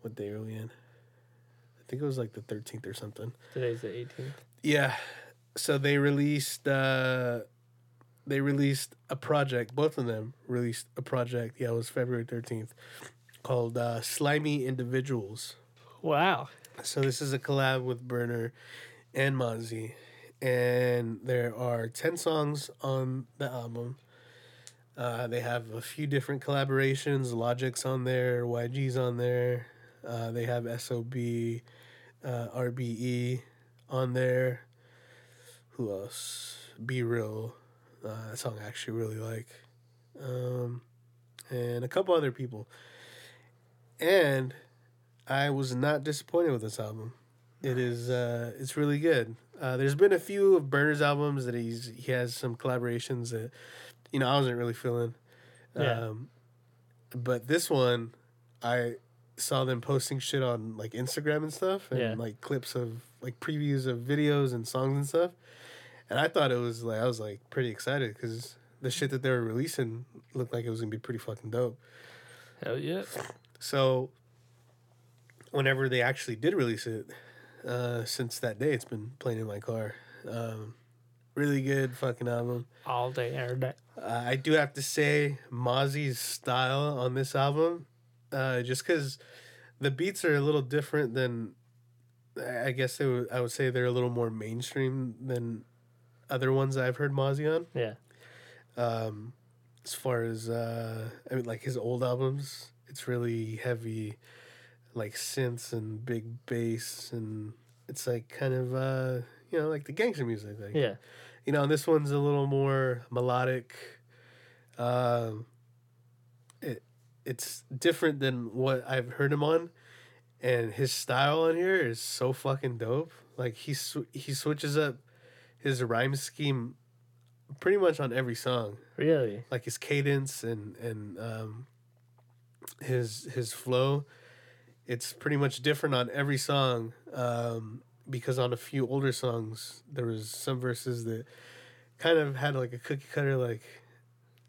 B: What day are we in? I think it was like the thirteenth or something.
A: Today's the 18th.
B: Yeah. So they released uh they released a project, both of them released a project, yeah, it was February thirteenth, called uh Slimy Individuals.
A: Wow.
B: So this is a collab with Burner and Mozzie. And there are ten songs on the album. Uh, they have a few different collaborations. Logic's on there, YG's on there. Uh, they have SOB, uh, RBE on there. Who else? Be Real. Uh, that song I actually really like. Um, and a couple other people. And I was not disappointed with this album. It is uh, it's really good. Uh, there's been a few of Burner's albums that he's he has some collaborations that you know I wasn't really feeling.
A: Yeah.
B: Um, but this one, I saw them posting shit on like Instagram and stuff, and
A: Yeah.
B: like clips of like previews of videos and songs and stuff. And I thought it was like I was like pretty excited because the shit that they were releasing looked like it was gonna be pretty fucking dope.
A: Hell yeah.
B: So, whenever they actually did release it, uh, since that day, it's been playing in my car. Um, really good fucking album.
A: All day, every day.
B: Uh, I do have to say, Mozzie's style on this album, uh, just because the beats are a little different than, I I guess they would, I would say they're a little more mainstream than other ones I've heard Mozzie on
A: Yeah.
B: um as far as uh i mean like his old albums it's really heavy like synths and big bass and it's like kind of uh you know like the gangster music like
A: Yeah.
B: you know this one's a little more melodic um it it's different than what i've heard him on and his style on here is so fucking dope like he sw- he switches up his rhyme scheme pretty much on every song
A: Really?
B: like his cadence and and um, his his flow. It's pretty much different on every song um, because on a few older songs there was some verses that kind of had like a cookie cutter like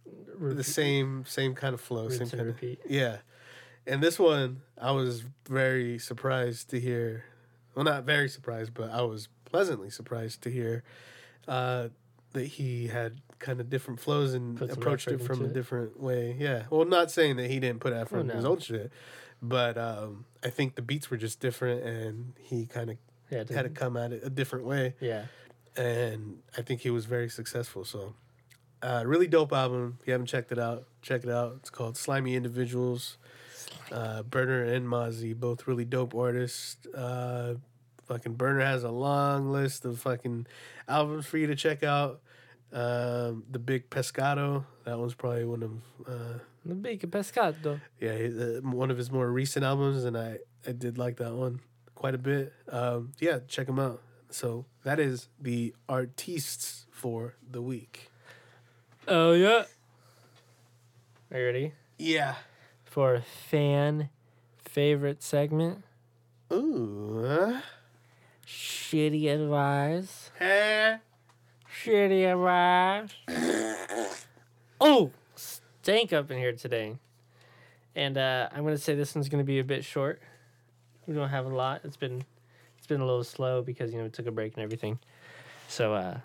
B: the
A: Repeat-
B: same same kind of flow, same
A: rinse and
B: kind of
A: repeat.
B: yeah. And this one, I was very surprised to hear. Well, not very surprised, but I was pleasantly surprised to hear uh, that he had kind of different flows and
A: Put some
B: approached it
A: effort
B: from a
A: into it.
B: different way. Yeah. Well, not saying that he didn't put effort
A: Oh,
B: in his
A: no.
B: old shit, but um, I think the beats were just different and he kind of
A: Yeah. it
B: had to
A: didn't-
B: come at it a different way
A: yeah.
B: and I think he was very successful. So, uh, really dope album. If you haven't checked it out, check it out. It's called Slimy Individuals. Uh, Burner and Mozzie, both really dope artists. Uh, fucking Burner has a long list of fucking albums for you to check out. Um, the Big Pescado, that one's probably one of uh,
A: The big pescado.
B: yeah, he- uh, one of his more recent albums, and I, I did like that one quite a bit. Um, yeah, check him out. So that is the artists for the week.
A: Oh, yeah. Are you ready
B: Yeah.
A: for fan favorite segment?
B: Ooh. uh, huh?
A: Shitty advice.
B: Hey.
A: Shitty advice. oh, stank up in here today. And uh, I'm gonna say this one's gonna be a bit short. We don't have a lot. It's been it's been a little slow because you know we took a break and everything. So uh,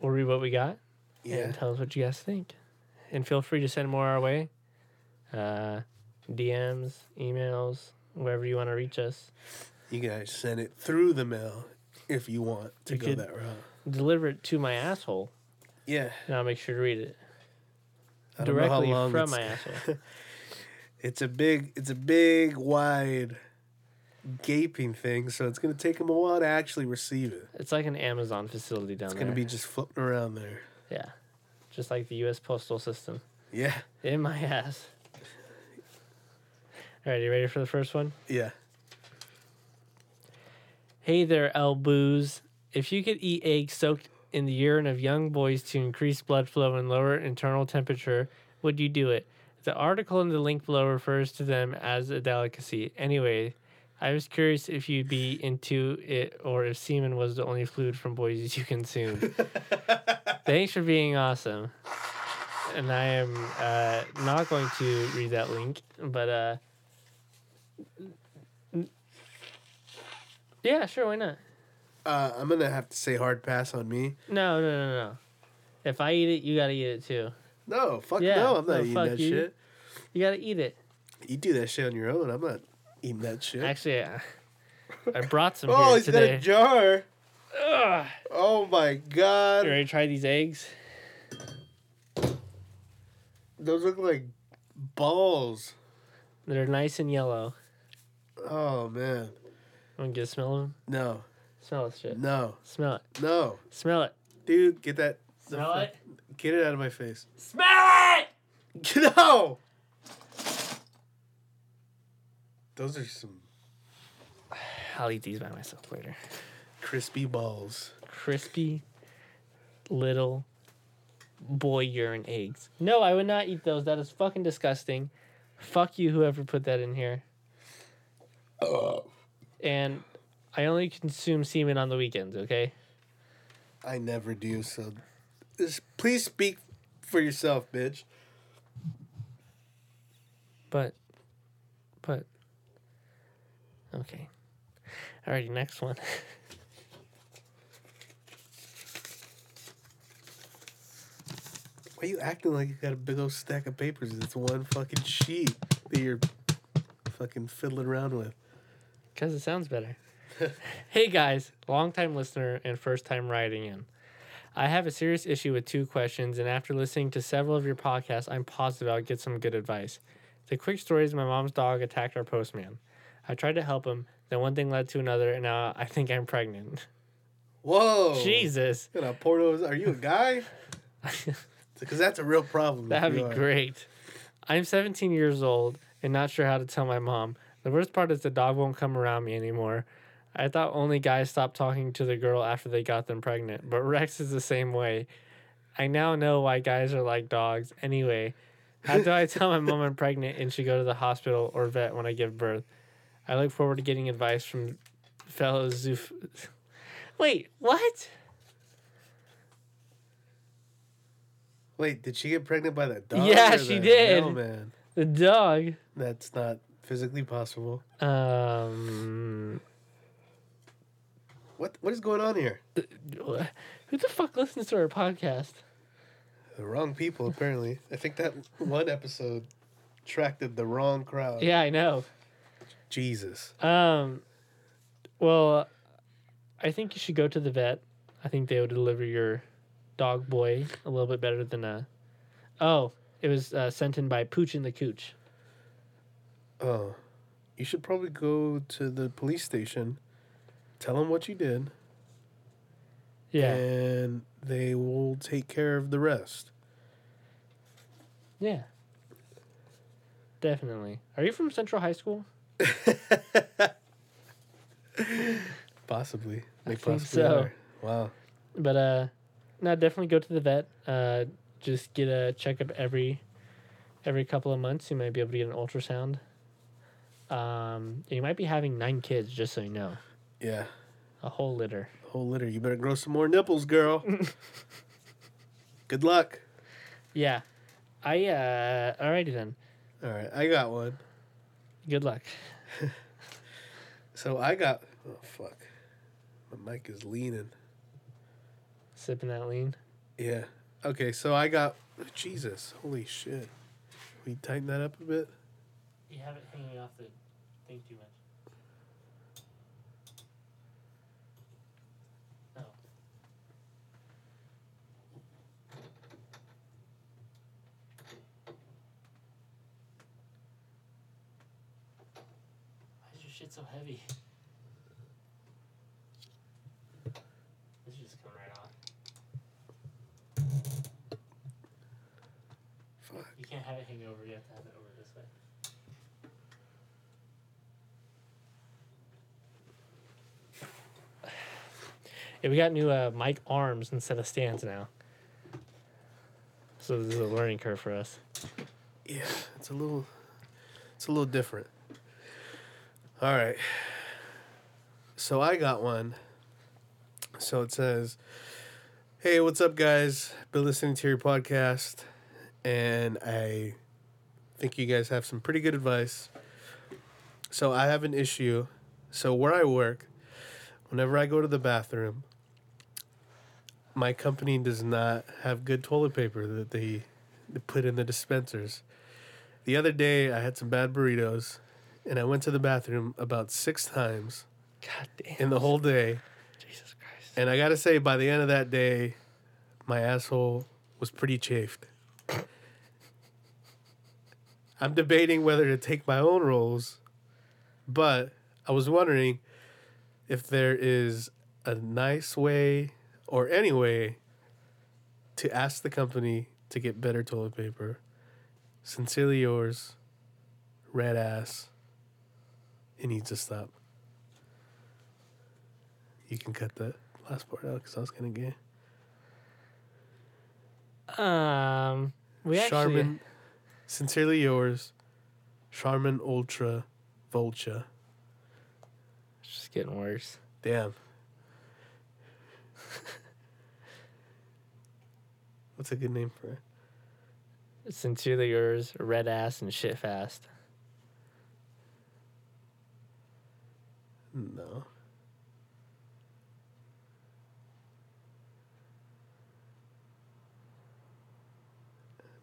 A: we'll read what we got
B: Yeah.
A: and tell us what you guys think. And feel free to send more our way. Uh, DMs, emails, wherever you want to reach us.
B: You guys send it through the mail if you want to
A: You
B: go
A: could-
B: that route.
A: Deliver it to my asshole,
B: Yeah.
A: and I'll make sure to read it
B: I don't know how
A: directly
B: long
A: from
B: it's-
A: my asshole.
B: It's a big, it's a big, wide, gaping thing. So it's gonna take him a while to actually receive it.
A: It's like an Amazon facility down
B: It's
A: there.
B: gonna be just floating around there.
A: yeah, just like the U.S. postal system
B: Yeah.
A: in my ass. All right, you ready for the first one?
B: Yeah.
A: Hey there, Elboos If you could eat eggs soaked in the urine of young boys to increase blood flow and lower internal temperature, would you do it? The article in the link below refers to them as a delicacy. Anyway, I was curious if you'd be into it or if semen was the only fluid from boys you consumed. Thanks for being awesome. And I am uh, not going to read that link, but uh, yeah, sure, why not?
B: Uh, I'm gonna have to say hard pass on me.
A: No, no, no, no. If I eat it, you gotta eat it too.
B: No, fuck
A: Yeah,
B: no, I'm not
A: no,
B: eating
A: fuck
B: that
A: you.
B: shit.
A: You gotta eat it.
B: You do that shit on your own. I'm not eating that shit.
A: Actually, I, I brought some
B: oh,
A: here
B: is that
A: today.
B: a jar?
A: Ugh.
B: Oh my god,
A: You ready to try these eggs?
B: those look like balls.
A: They're nice and yellow.
B: Oh man,
A: I'm gonna get a smell of them.
B: no,
A: Smell this shit.
B: no,
A: Smell it.
B: no,
A: Smell it.
B: dude, get that. the
A: Smell
B: fu-
A: it.
B: Get it out of my face.
A: Smell it.
B: No. Those are some
A: I'll eat these by myself later.
B: crispy balls.
A: Crispy little boy urine eggs. No, I would not eat those. That is fucking disgusting. Fuck you, whoever put that in here.
B: Oh.
A: And I only consume semen on the weekends. Okay.
B: I never do. So, just please speak for yourself, bitch.
A: But, but, okay. Alrighty, next one.
B: Why you acting like you got a big old stack of papers? It's one fucking sheet that you're fucking fiddling around with.
A: Because it sounds better. hey guys, longtime listener and first time writing in. I have a serious issue with two questions, and after listening to several of your podcasts, I'm positive I'll get some good advice. The quick story is my mom's dog attacked our postman. I tried to help him, then one thing led to another, and now I think I'm pregnant.
B: Whoa.
A: Jesus,
B: What kind of pornos? Are you a guy? Because that's a real problem. if
A: that'd be
B: you are.
A: great. I'm 17 years old and not sure how to tell my mom. The worst part is the dog won't come around me anymore. I thought only guys stopped talking to the girl after they got them pregnant, but Rex is the same way. I now know why guys are like dogs. Anyway, how do I tell my mom I'm pregnant and should go to the hospital or vet when I give birth? I look forward to getting advice from fellow zoof. Wait, what?
B: Wait, did she get pregnant by that dog?
A: Yeah,
B: or
A: she
B: the
A: did.
B: mailman?
A: The dog.
B: That's not physically possible.
A: Um,
B: What What is going on here?
A: who the fuck listens to our podcast?
B: The wrong people, apparently. I think that one episode attracted the wrong crowd.
A: Yeah, I know.
B: Jesus.
A: Um, well, I think you should go to the vet. I think they would deliver your dog boy a little bit better than a. Oh, it was uh, sent in by Pooch and the Cooch.
B: Oh, you should probably go to the police station, tell them what you did,
A: Yeah,
B: and they will take care of the rest.
A: yeah, definitely. Are you from Central High School?
B: Possibly.
A: I think so.
B: Wow.
A: But uh, no, definitely go to the vet. Uh, just get a checkup every every couple of months. You might be able to get an ultrasound. Um, and you might be having nine kids, just so you know,
B: Yeah.
A: a whole litter.
B: Whole litter. You better grow some more nipples, girl. Good luck.
A: Yeah, I. Uh, alrighty then.
B: All right, I got one.
A: Good luck.
B: So I got. Oh fuck, my mic is leaning.
A: Sipping that lean.
B: Yeah. Okay, so I got. Jesus, holy shit. We tighten that up a bit.
A: You have it hanging off the thing too much. Oh. Why is your shit so heavy? This is just coming right off.
B: Fuck.
A: You can't have it hang over. You have to have it over this way. Yeah, we got new uh, mic arms instead of stands now. So this is a learning curve for us.
B: Yeah, it's a little, it's a little different. All right. So I got one. So it says, "Hey, what's up, guys? Been listening to your podcast, and I think you guys have some pretty good advice. So I have an issue. So where I work, whenever I go to the bathroom." My company does not have good toilet paper that they to put in the dispensers. The other day, I had some bad burritos, and I went to the bathroom about six times
A: God damn.
B: in the whole day.
A: Jesus Christ.
B: And I gotta say, by the end of that day, my asshole was pretty chafed. I'm debating whether to take my own rolls, but I was wondering if there is a nice way or any way to ask the company to get better toilet paper. Sincerely yours, Red Ass. It needs to stop. You can cut that last part out because I was gonna get
A: Um, we actually.
B: Charmin. Sincerely yours, Charmin Ultra Vulture.
A: It's just getting worse.
B: Damn. What's a good name for it?
A: Sincerely yours, red ass and shit fast.
B: No.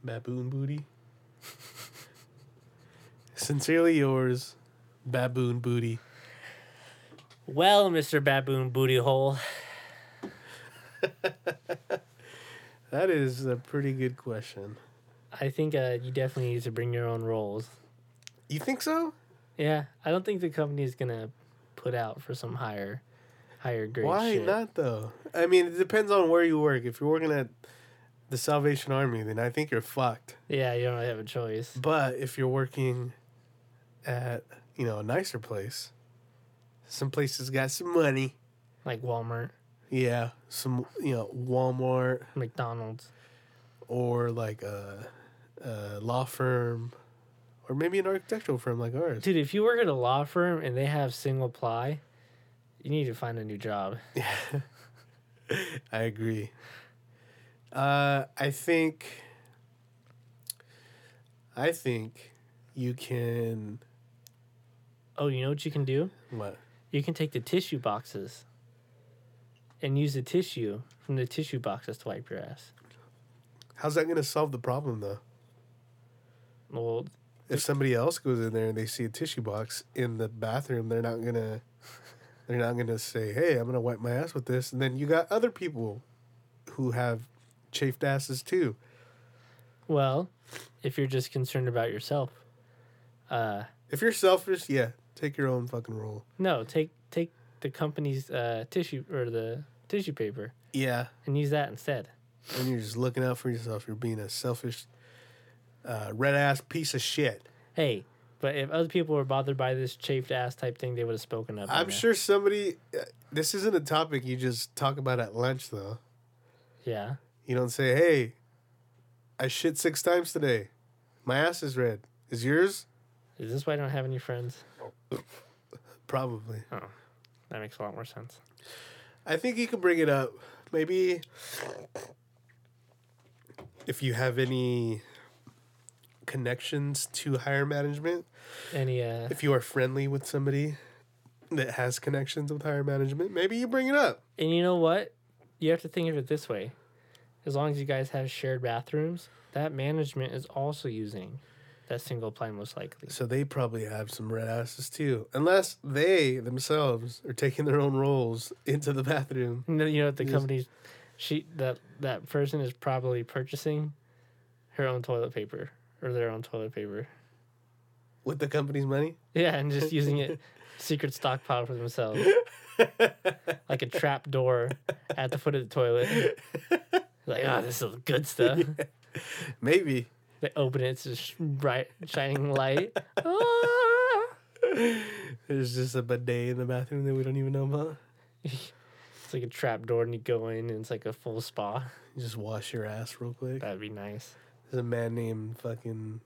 B: Baboon booty. Sincerely yours, baboon booty.
A: Well, Mr. Baboon Booty Hole,
B: That is a pretty good question.
A: I think uh, you definitely need to bring your own rolls.
B: You think so?
A: Yeah, I don't think the company is gonna put out for some higher, higher grade.
B: Why
A: shit.
B: not though? I mean, it depends on where you work. If you're working at the Salvation Army, then I think you're fucked.
A: Yeah, you don't really have a choice.
B: But if you're working at, you know, a nicer place, some places got some money.
A: Like Walmart,
B: Yeah, some you know Walmart
A: McDonald's.
B: or like a, a law firm, or maybe an architectural firm like ours.
A: Dude, if you work at a law firm and they have single ply, you need to find a new job.
B: I agree. Uh, I think. I think you can
A: Oh, you know what you can do?
B: what
A: You can take the tissue boxes and use the tissue from the tissue boxes to wipe your ass.
B: how's that going to solve the problem though
A: Well,
B: if somebody else goes in there and they see a tissue box in the bathroom, they're not gonna they're not gonna say, "Hey, I'm gonna wipe my ass with this." And then you got other people who have chafed asses too.
A: well, if you're just concerned about yourself, uh,
B: If you're selfish, yeah, take your own fucking roll.
A: no, take take the company's uh, tissue or the tissue paper
B: Yeah,
A: and use that instead.
B: and you're just looking out for yourself. You're being a selfish, uh, red ass piece of shit.
A: Hey, but if other people were bothered by this chafed ass type thing, they would have spoken up. on
B: I'm
A: that.
B: sure somebody. uh, This isn't a topic you just talk about at lunch, though.
A: Yeah.
B: You don't say, "Hey, I shit six times today. My ass is red. Is yours?"
A: Is this why I don't have any friends?
B: Probably.
A: That makes a lot more sense.
B: I think you could bring it up. Maybe if you have any connections to higher management,
A: Any uh,
B: if you are friendly with somebody that has connections with higher management, maybe you bring it up.
A: And you know what? You have to think of it this way. As long as you guys have shared bathrooms, that management is also using that single ply most likely.
B: So they probably have some red asses too, unless they themselves are taking their own roles into the bathroom.
A: No, you know what the
B: Yes.
A: company's she that that person is probably purchasing her own toilet paper or their own toilet paper.
B: With the company's money,
A: Yeah, and just using it secret stockpile for themselves. like a trap door at the foot of the toilet. Like, oh, this is good stuff.
B: maybe
A: They open it, it's just bright shining light. Ah!
B: there's just a bidet in the bathroom that we don't even know about.
A: It's like a trap door, and you go in, and it's like a full spa.
B: You just wash your ass real quick.
A: That'd be nice.
B: There's a man named fucking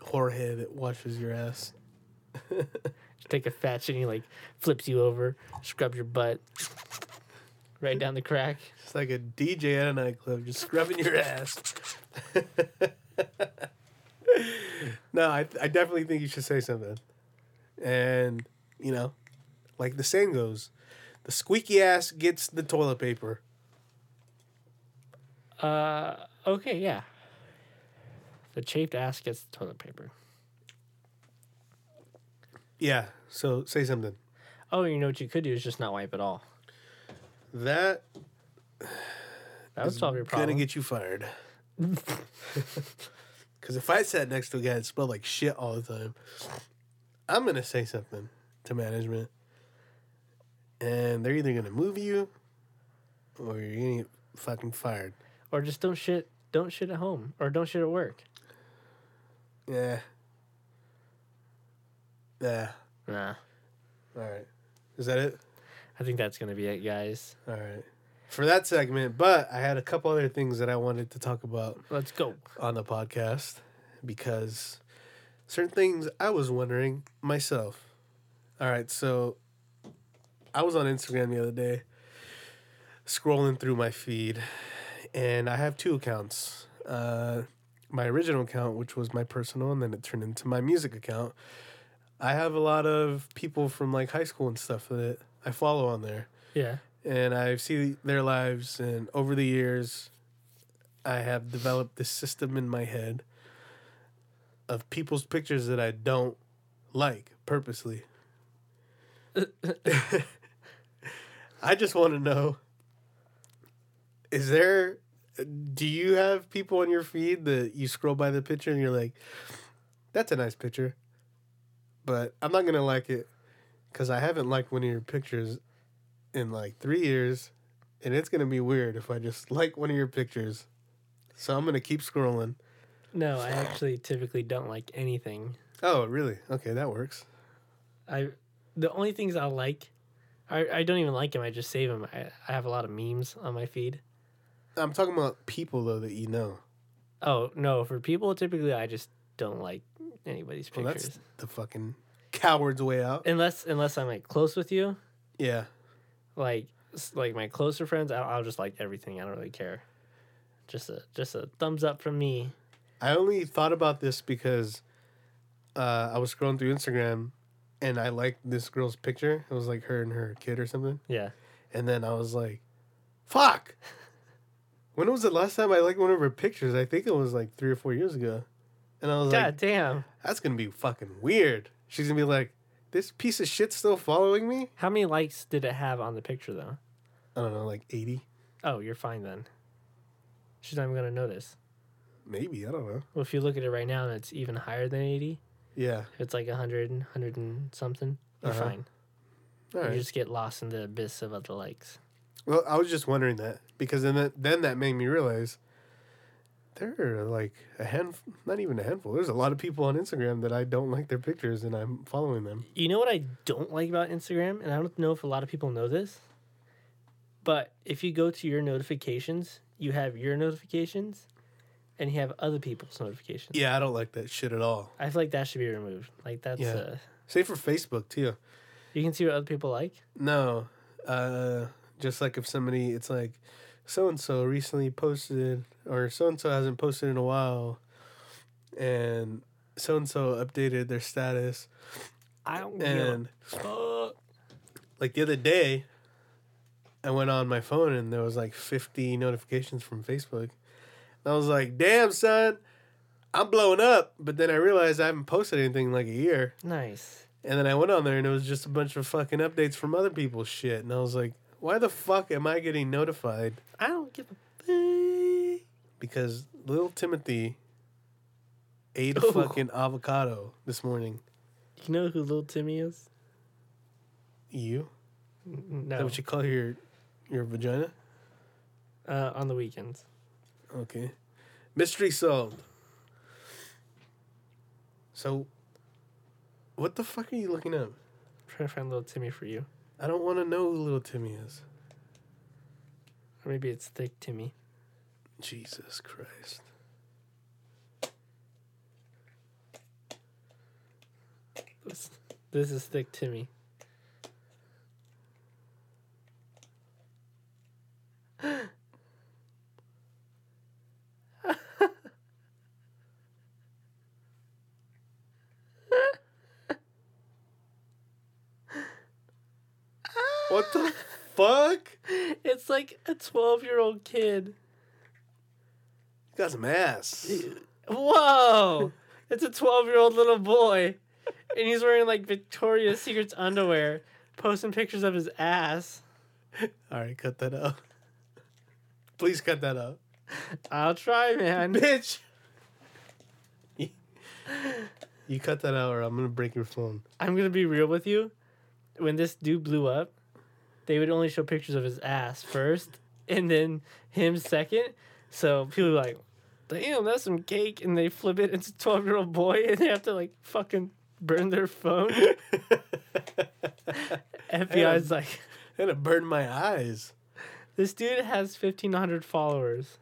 B: Jorge that washes your ass.
A: You take a fetch, and he like flips you over, scrubs your butt right down the crack.
B: It's like a DJ at a nightclub, just scrubbing your ass. no, I, I definitely think you should say something. And, you know, like the saying goes, the squeaky ass gets the toilet paper.
A: Uh, okay, yeah. The chafed ass gets the toilet paper.
B: Yeah, so say something.
A: Oh, you know what you could do is just not wipe at all.
B: That
A: That would solve your problem.
B: gonna get you fired. Because if I sat next to a guy that smelled like shit all the time, I'm gonna say something to management, and they're either gonna move you, or you're gonna get fucking fired.
A: or just don't shit. Don't shit at home, or don't shit at work.
B: Yeah. Yeah.
A: Nah,
B: All right. Is that it?
A: I think that's gonna be it, guys.
B: All right. For that segment, but I had a couple other things that I wanted to talk about
A: Let's go.
B: on the podcast because certain things I was wondering myself. All right, so I was on Instagram the other day scrolling through my feed, and I have two accounts. Uh, my original account, which was my personal, and then it turned into my music account. I have a lot of people from like high school and stuff that I follow on there
A: Yeah.
B: and I see their lives. And over the years, I have developed this system in my head of people's pictures that I don't like purposely. I just want to know is there, do you have people on your feed that you scroll by the picture and you're like, that's a nice picture, but I'm not going to like it because I haven't liked one of your pictures in like three years, and it's gonna be weird if I just like one of your pictures. So I'm gonna keep scrolling.
A: No, I actually typically don't like anything.
B: Oh, really? Okay, that works.
A: I the only things I like, I, I don't even like them. I just save them. I, I have a lot of memes on my feed.
B: I'm talking about people though that you know.
A: Oh no, for people typically I just don't like anybody's
B: Well,
A: pictures
B: that's the fucking coward's way out.
A: unless unless I'm like close with you,
B: Yeah,
A: like s- like my closer friends. I'll, I'll just like everything. I don't really care. Just a just a thumbs up from me.
B: I only thought about this because uh, I was scrolling through Instagram, and I liked this girl's picture. It was like her and her kid or something.
A: Yeah.
B: And then I was like, fuck. When was the last time I liked one of her pictures? I think it was like three or four years ago. And I was like,
A: God damn.
B: that's gonna be fucking weird. She's gonna be like, this piece of shit's still following me.
A: How many likes did it have on the picture though?
B: I don't know, like eighty,
A: Oh, you're fine then. She's not even gonna notice.
B: maybe. I don't know.
A: Well, if you look at it right now and it's even higher than 80,
B: Yeah.
A: if it's like 100, 100 and something, you're
B: Uh-huh.
A: fine.
B: All
A: You
B: right.
A: just get lost in the abyss of other likes.
B: Well, I was just wondering that because then that, then that made me realize there are like a handful, not even a handful. There's a lot of people on Instagram that I don't like their pictures, and I'm following them.
A: You know what I don't like about Instagram? And I don't know if a lot of people know this, but if you go to your notifications, you have your notifications and you have other people's notifications.
B: Yeah, I don't like that shit at all.
A: I feel like that should be removed. Like, that's,
B: Yeah.
A: uh,
B: Same for Facebook too.
A: you can see what other people like.
B: No, uh, just like if somebody, it's like so and so recently posted, or so and so hasn't posted in a while, and so and so updated their status.
A: I don't
B: And
A: know.
B: like the other day, I went on my phone and there was like 50 notifications from Facebook. And I was like, damn, son, I'm blowing up. But then I realized I haven't posted anything in like a year.
A: Nice.
B: And then I went on there and it was just a bunch of fucking updates from other people's shit. And I was like, why the fuck am I getting notified?
A: I don't give a fuck.
B: because little Timothy ate a
A: Oh.
B: fucking avocado this morning.
A: You know who Little Timmy is?
B: You?
A: N-
B: Is that
A: No.
B: what you call your your vagina?
A: Uh, on the weekends.
B: Okay. Mystery solved. So what the fuck are you looking up?
A: trying to find Little Timmy for you.
B: I don't want to know who little Timmy is.
A: Or maybe it's Thick Timmy.
B: Jesus Christ.
A: This, this is Thick Timmy.
B: What the fuck?
A: It's like a 12 year old kid.
B: You got some ass.
A: Whoa! It's a 12 year old little boy. And he's wearing like Victoria's Secret's underwear, posting pictures of his ass.
B: All right, cut that out. Please cut that out.
A: I'll try, man.
B: Bitch. You cut that out or I'm going to break your phone.
A: I'm gonna be real with you. When this dude blew up, they would only show pictures of his ass first, and then him second. So people were like, "Damn, that's some cake," and they flip it. It's a twelve year old boy, and they have to like fucking burn their phone. FBI's like,
B: And it burned my eyes.
A: "This dude has fifteen hundred followers."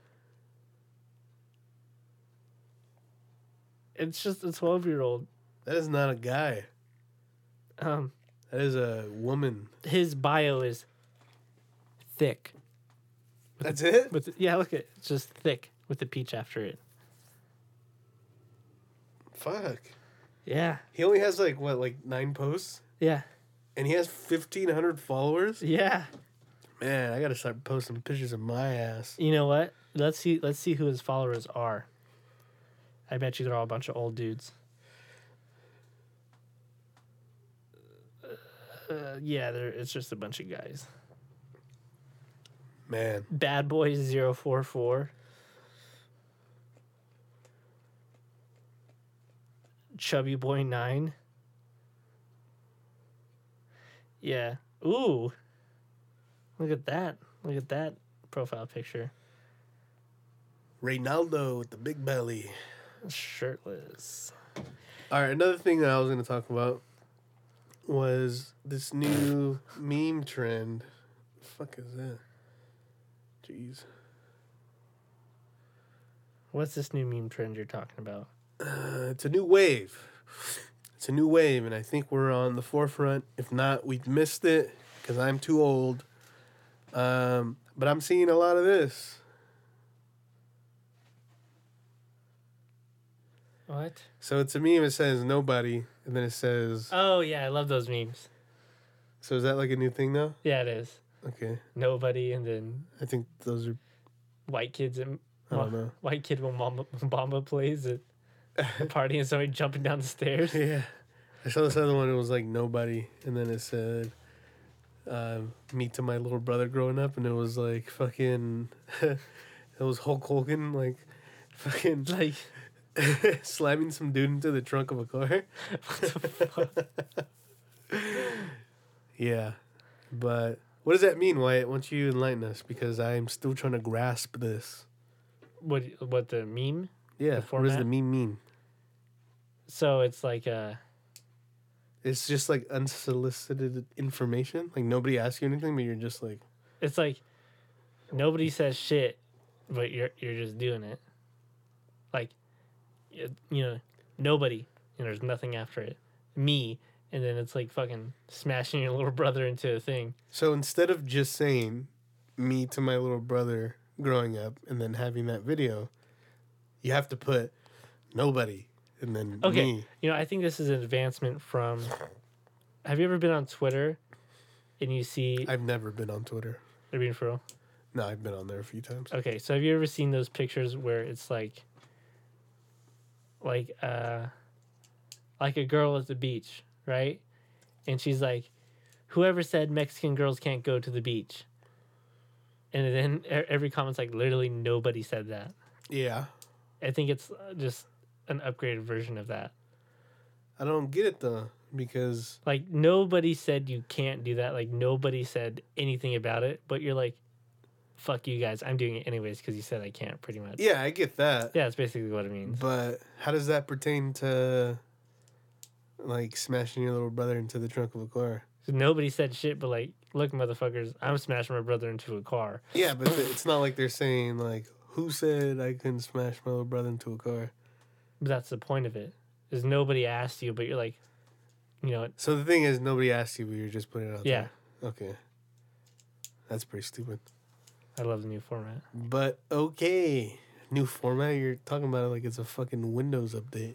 A: It's just a twelve year old.
B: That is not a guy.
A: Um,
B: That is a woman.
A: his bio is thick.
B: That's it?
A: But yeah, look at it's just thick with the peach after it.
B: Fuck.
A: Yeah,
B: He only has like what, like nine posts,
A: yeah,
B: and he has fifteen hundred followers.
A: yeah.
B: Man, I gotta start posting pictures of my ass.
A: You know what? Let's see. Let's see who his followers are. I bet you they're all a bunch of old dudes. Uh, yeah, they're, it's just a bunch of guys.
B: Man,
A: Bad Boys 044. Chubby Boy 9. Yeah. Ooh. Look at that. Look at that profile picture.
B: Reynaldo with the big belly.
A: Shirtless.
B: All right, another thing that I was gonna talk about was this new meme trend. The fuck is that? Jeez.
A: What's this new meme trend you're talking about?
B: Uh, it's a new wave. It's a new wave, and I think we're on the forefront. If not, we've missed it because I'm too old. Um, but I'm seeing a lot of this.
A: What?
B: So it's a meme. It says nobody, and then it says.
A: Oh, yeah. I love those memes.
B: So is that like a new thing now?
A: Yeah, it is.
B: Okay,
A: Nobody and then
B: I think those are.
A: white kids and
B: I don't know.
A: white kid when Mamba, Bamba plays at a party and somebody jumping down the stairs.
B: Yeah, I saw this other one. It was like nobody, and then it said, um, "Me to my little brother growing up," and it was like fucking. it was Hulk Hogan like, fucking
A: Like,
B: slamming some dude into the trunk of a car.
A: what the fuck?
B: Yeah, but what does that mean, Wyatt? Why don't you enlighten us? Because I'm still trying to grasp this.
A: What, what the meme?
B: Yeah,
A: The
B: what does the
A: format?
B: meme mean?
A: So it's like, uh,
B: It's just like unsolicited information. Like nobody asks you anything, but you're just like,
A: it's like nobody says shit, but you're, you're just doing it. Like, you you know, nobody, and there's nothing after it. Me, and then it's like fucking smashing your little brother into a thing.
B: so instead of just saying me to my little brother growing up and then having that video, you have to put nobody and then
A: Okay.
B: me.
A: You know, I think this is an advancement from. Have you ever been on Twitter and you see.
B: I've never been on Twitter.
A: I mean, for real?
B: No, I've been on there a few times.
A: Okay, so have you ever seen those pictures where it's like like uh like a girl at the beach, right? And she's like whoever said Mexican girls can't go to the beach. And then e- every comment's like literally nobody said that.
B: Yeah.
A: I think it's uh, just an upgraded version of that.
B: I don't get it though because
A: Like nobody said you can't do that. Like nobody said anything about it, but you're like fuck you guys. I'm doing it anyways cuz you said I can't pretty much.
B: yeah, I get that.
A: Yeah, that's basically what it means.
B: But how does that pertain to like smashing your little brother into the trunk of a car.
A: Nobody said shit, but like, look, motherfuckers, I'm smashing my brother into a car.
B: Yeah, but th- it's not like they're saying like, "Who said I couldn't smash my little brother into a car?"
A: But that's the point of it. Is nobody asked you, but you're like, you know, what?
B: So the thing is, nobody asked you, but you're just putting it out
A: yeah,
B: there. Okay. That's pretty stupid.
A: I love the new format.
B: But okay, new format. You're talking about it like it's a fucking Windows update.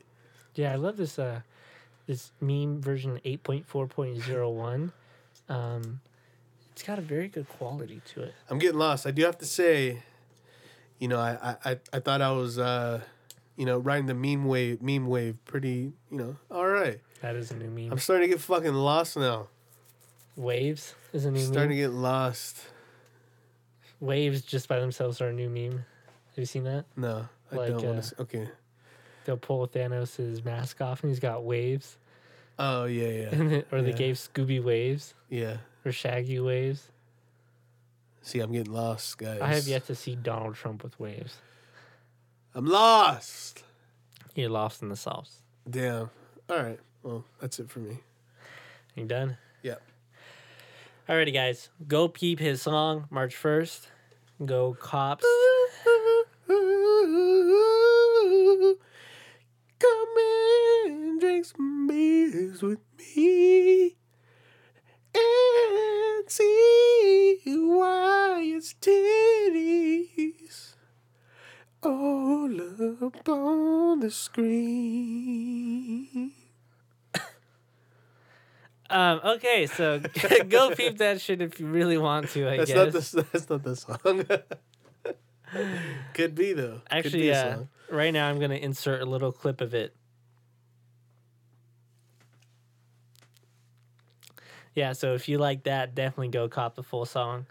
A: Yeah, I love this uh this meme version 8.4.01. Um it's got a very good quality to it.
B: I'm getting lost. I do have to say, you know, I I- I, I thought I was, uh, you know, riding the meme wave, meme wave, pretty, you know, all right.
A: That is a new meme.
B: I'm starting to get fucking lost now.
A: Waves is a
B: I'm
A: new
B: starting to
A: meme.
B: get lost.
A: Waves just by themselves are a new meme. Have you seen that?
B: No, I
A: Like,
B: don't want
A: uh,
B: to. Okay.
A: They'll pull Thanos' mask off and he's got waves.
B: Oh yeah, yeah,
A: And then, or they
B: Yeah.
A: gave Scooby waves
B: yeah.
A: or Shaggy waves.
B: See, I'm getting lost, guys.
A: I have yet to see Donald Trump with waves.
B: I'm lost.
A: You're lost in the sauce.
B: Damn. All right. Well, that's it for me.
A: You done?
B: Yep.
A: Alrighty, guys. Go peep his song March 1st. Go cops.
B: Come and drink some beers with me and see why it's titties all up on the screen.
A: Um, okay, so go peep that shit if you really want to, I
B: That's
A: guess.
B: not the that's not the song. Could be though. Could
A: Actually,
B: be a
A: yeah.
B: song.
A: Right now, I'm going to insert a little clip of it. Yeah, so if you like that, definitely go cop the full song.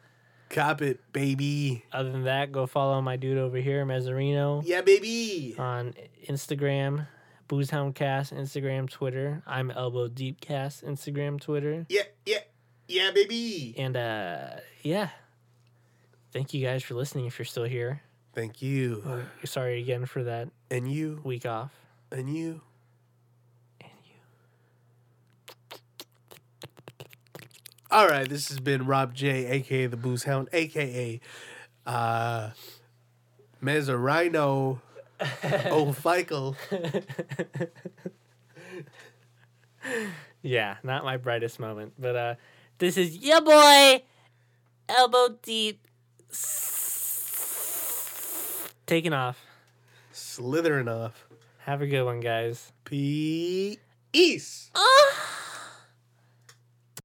B: Cop it, baby.
A: Other than that, go follow my dude over here, Mezzarino,
B: Yeah, baby.
A: on Instagram, Boozhoundcast, Instagram, Twitter. I'm Elbow Deepcast, Instagram, Twitter.
B: Yeah, yeah, yeah, baby.
A: And uh yeah. Thank you guys for listening if you're still here.
B: Thank you.
A: We're Sorry again for that
B: And you,
A: week off.
B: and you.
A: And you.
B: All right, this has been Rob J, aka the Booze Hound, aka uh, Mezzarino O'Fikel.
A: Yeah, not my brightest moment. But uh this is your boy Elbow Deep taking off.
B: Slithering off.
A: Have a good one, guys.
B: Peace.
A: Ah!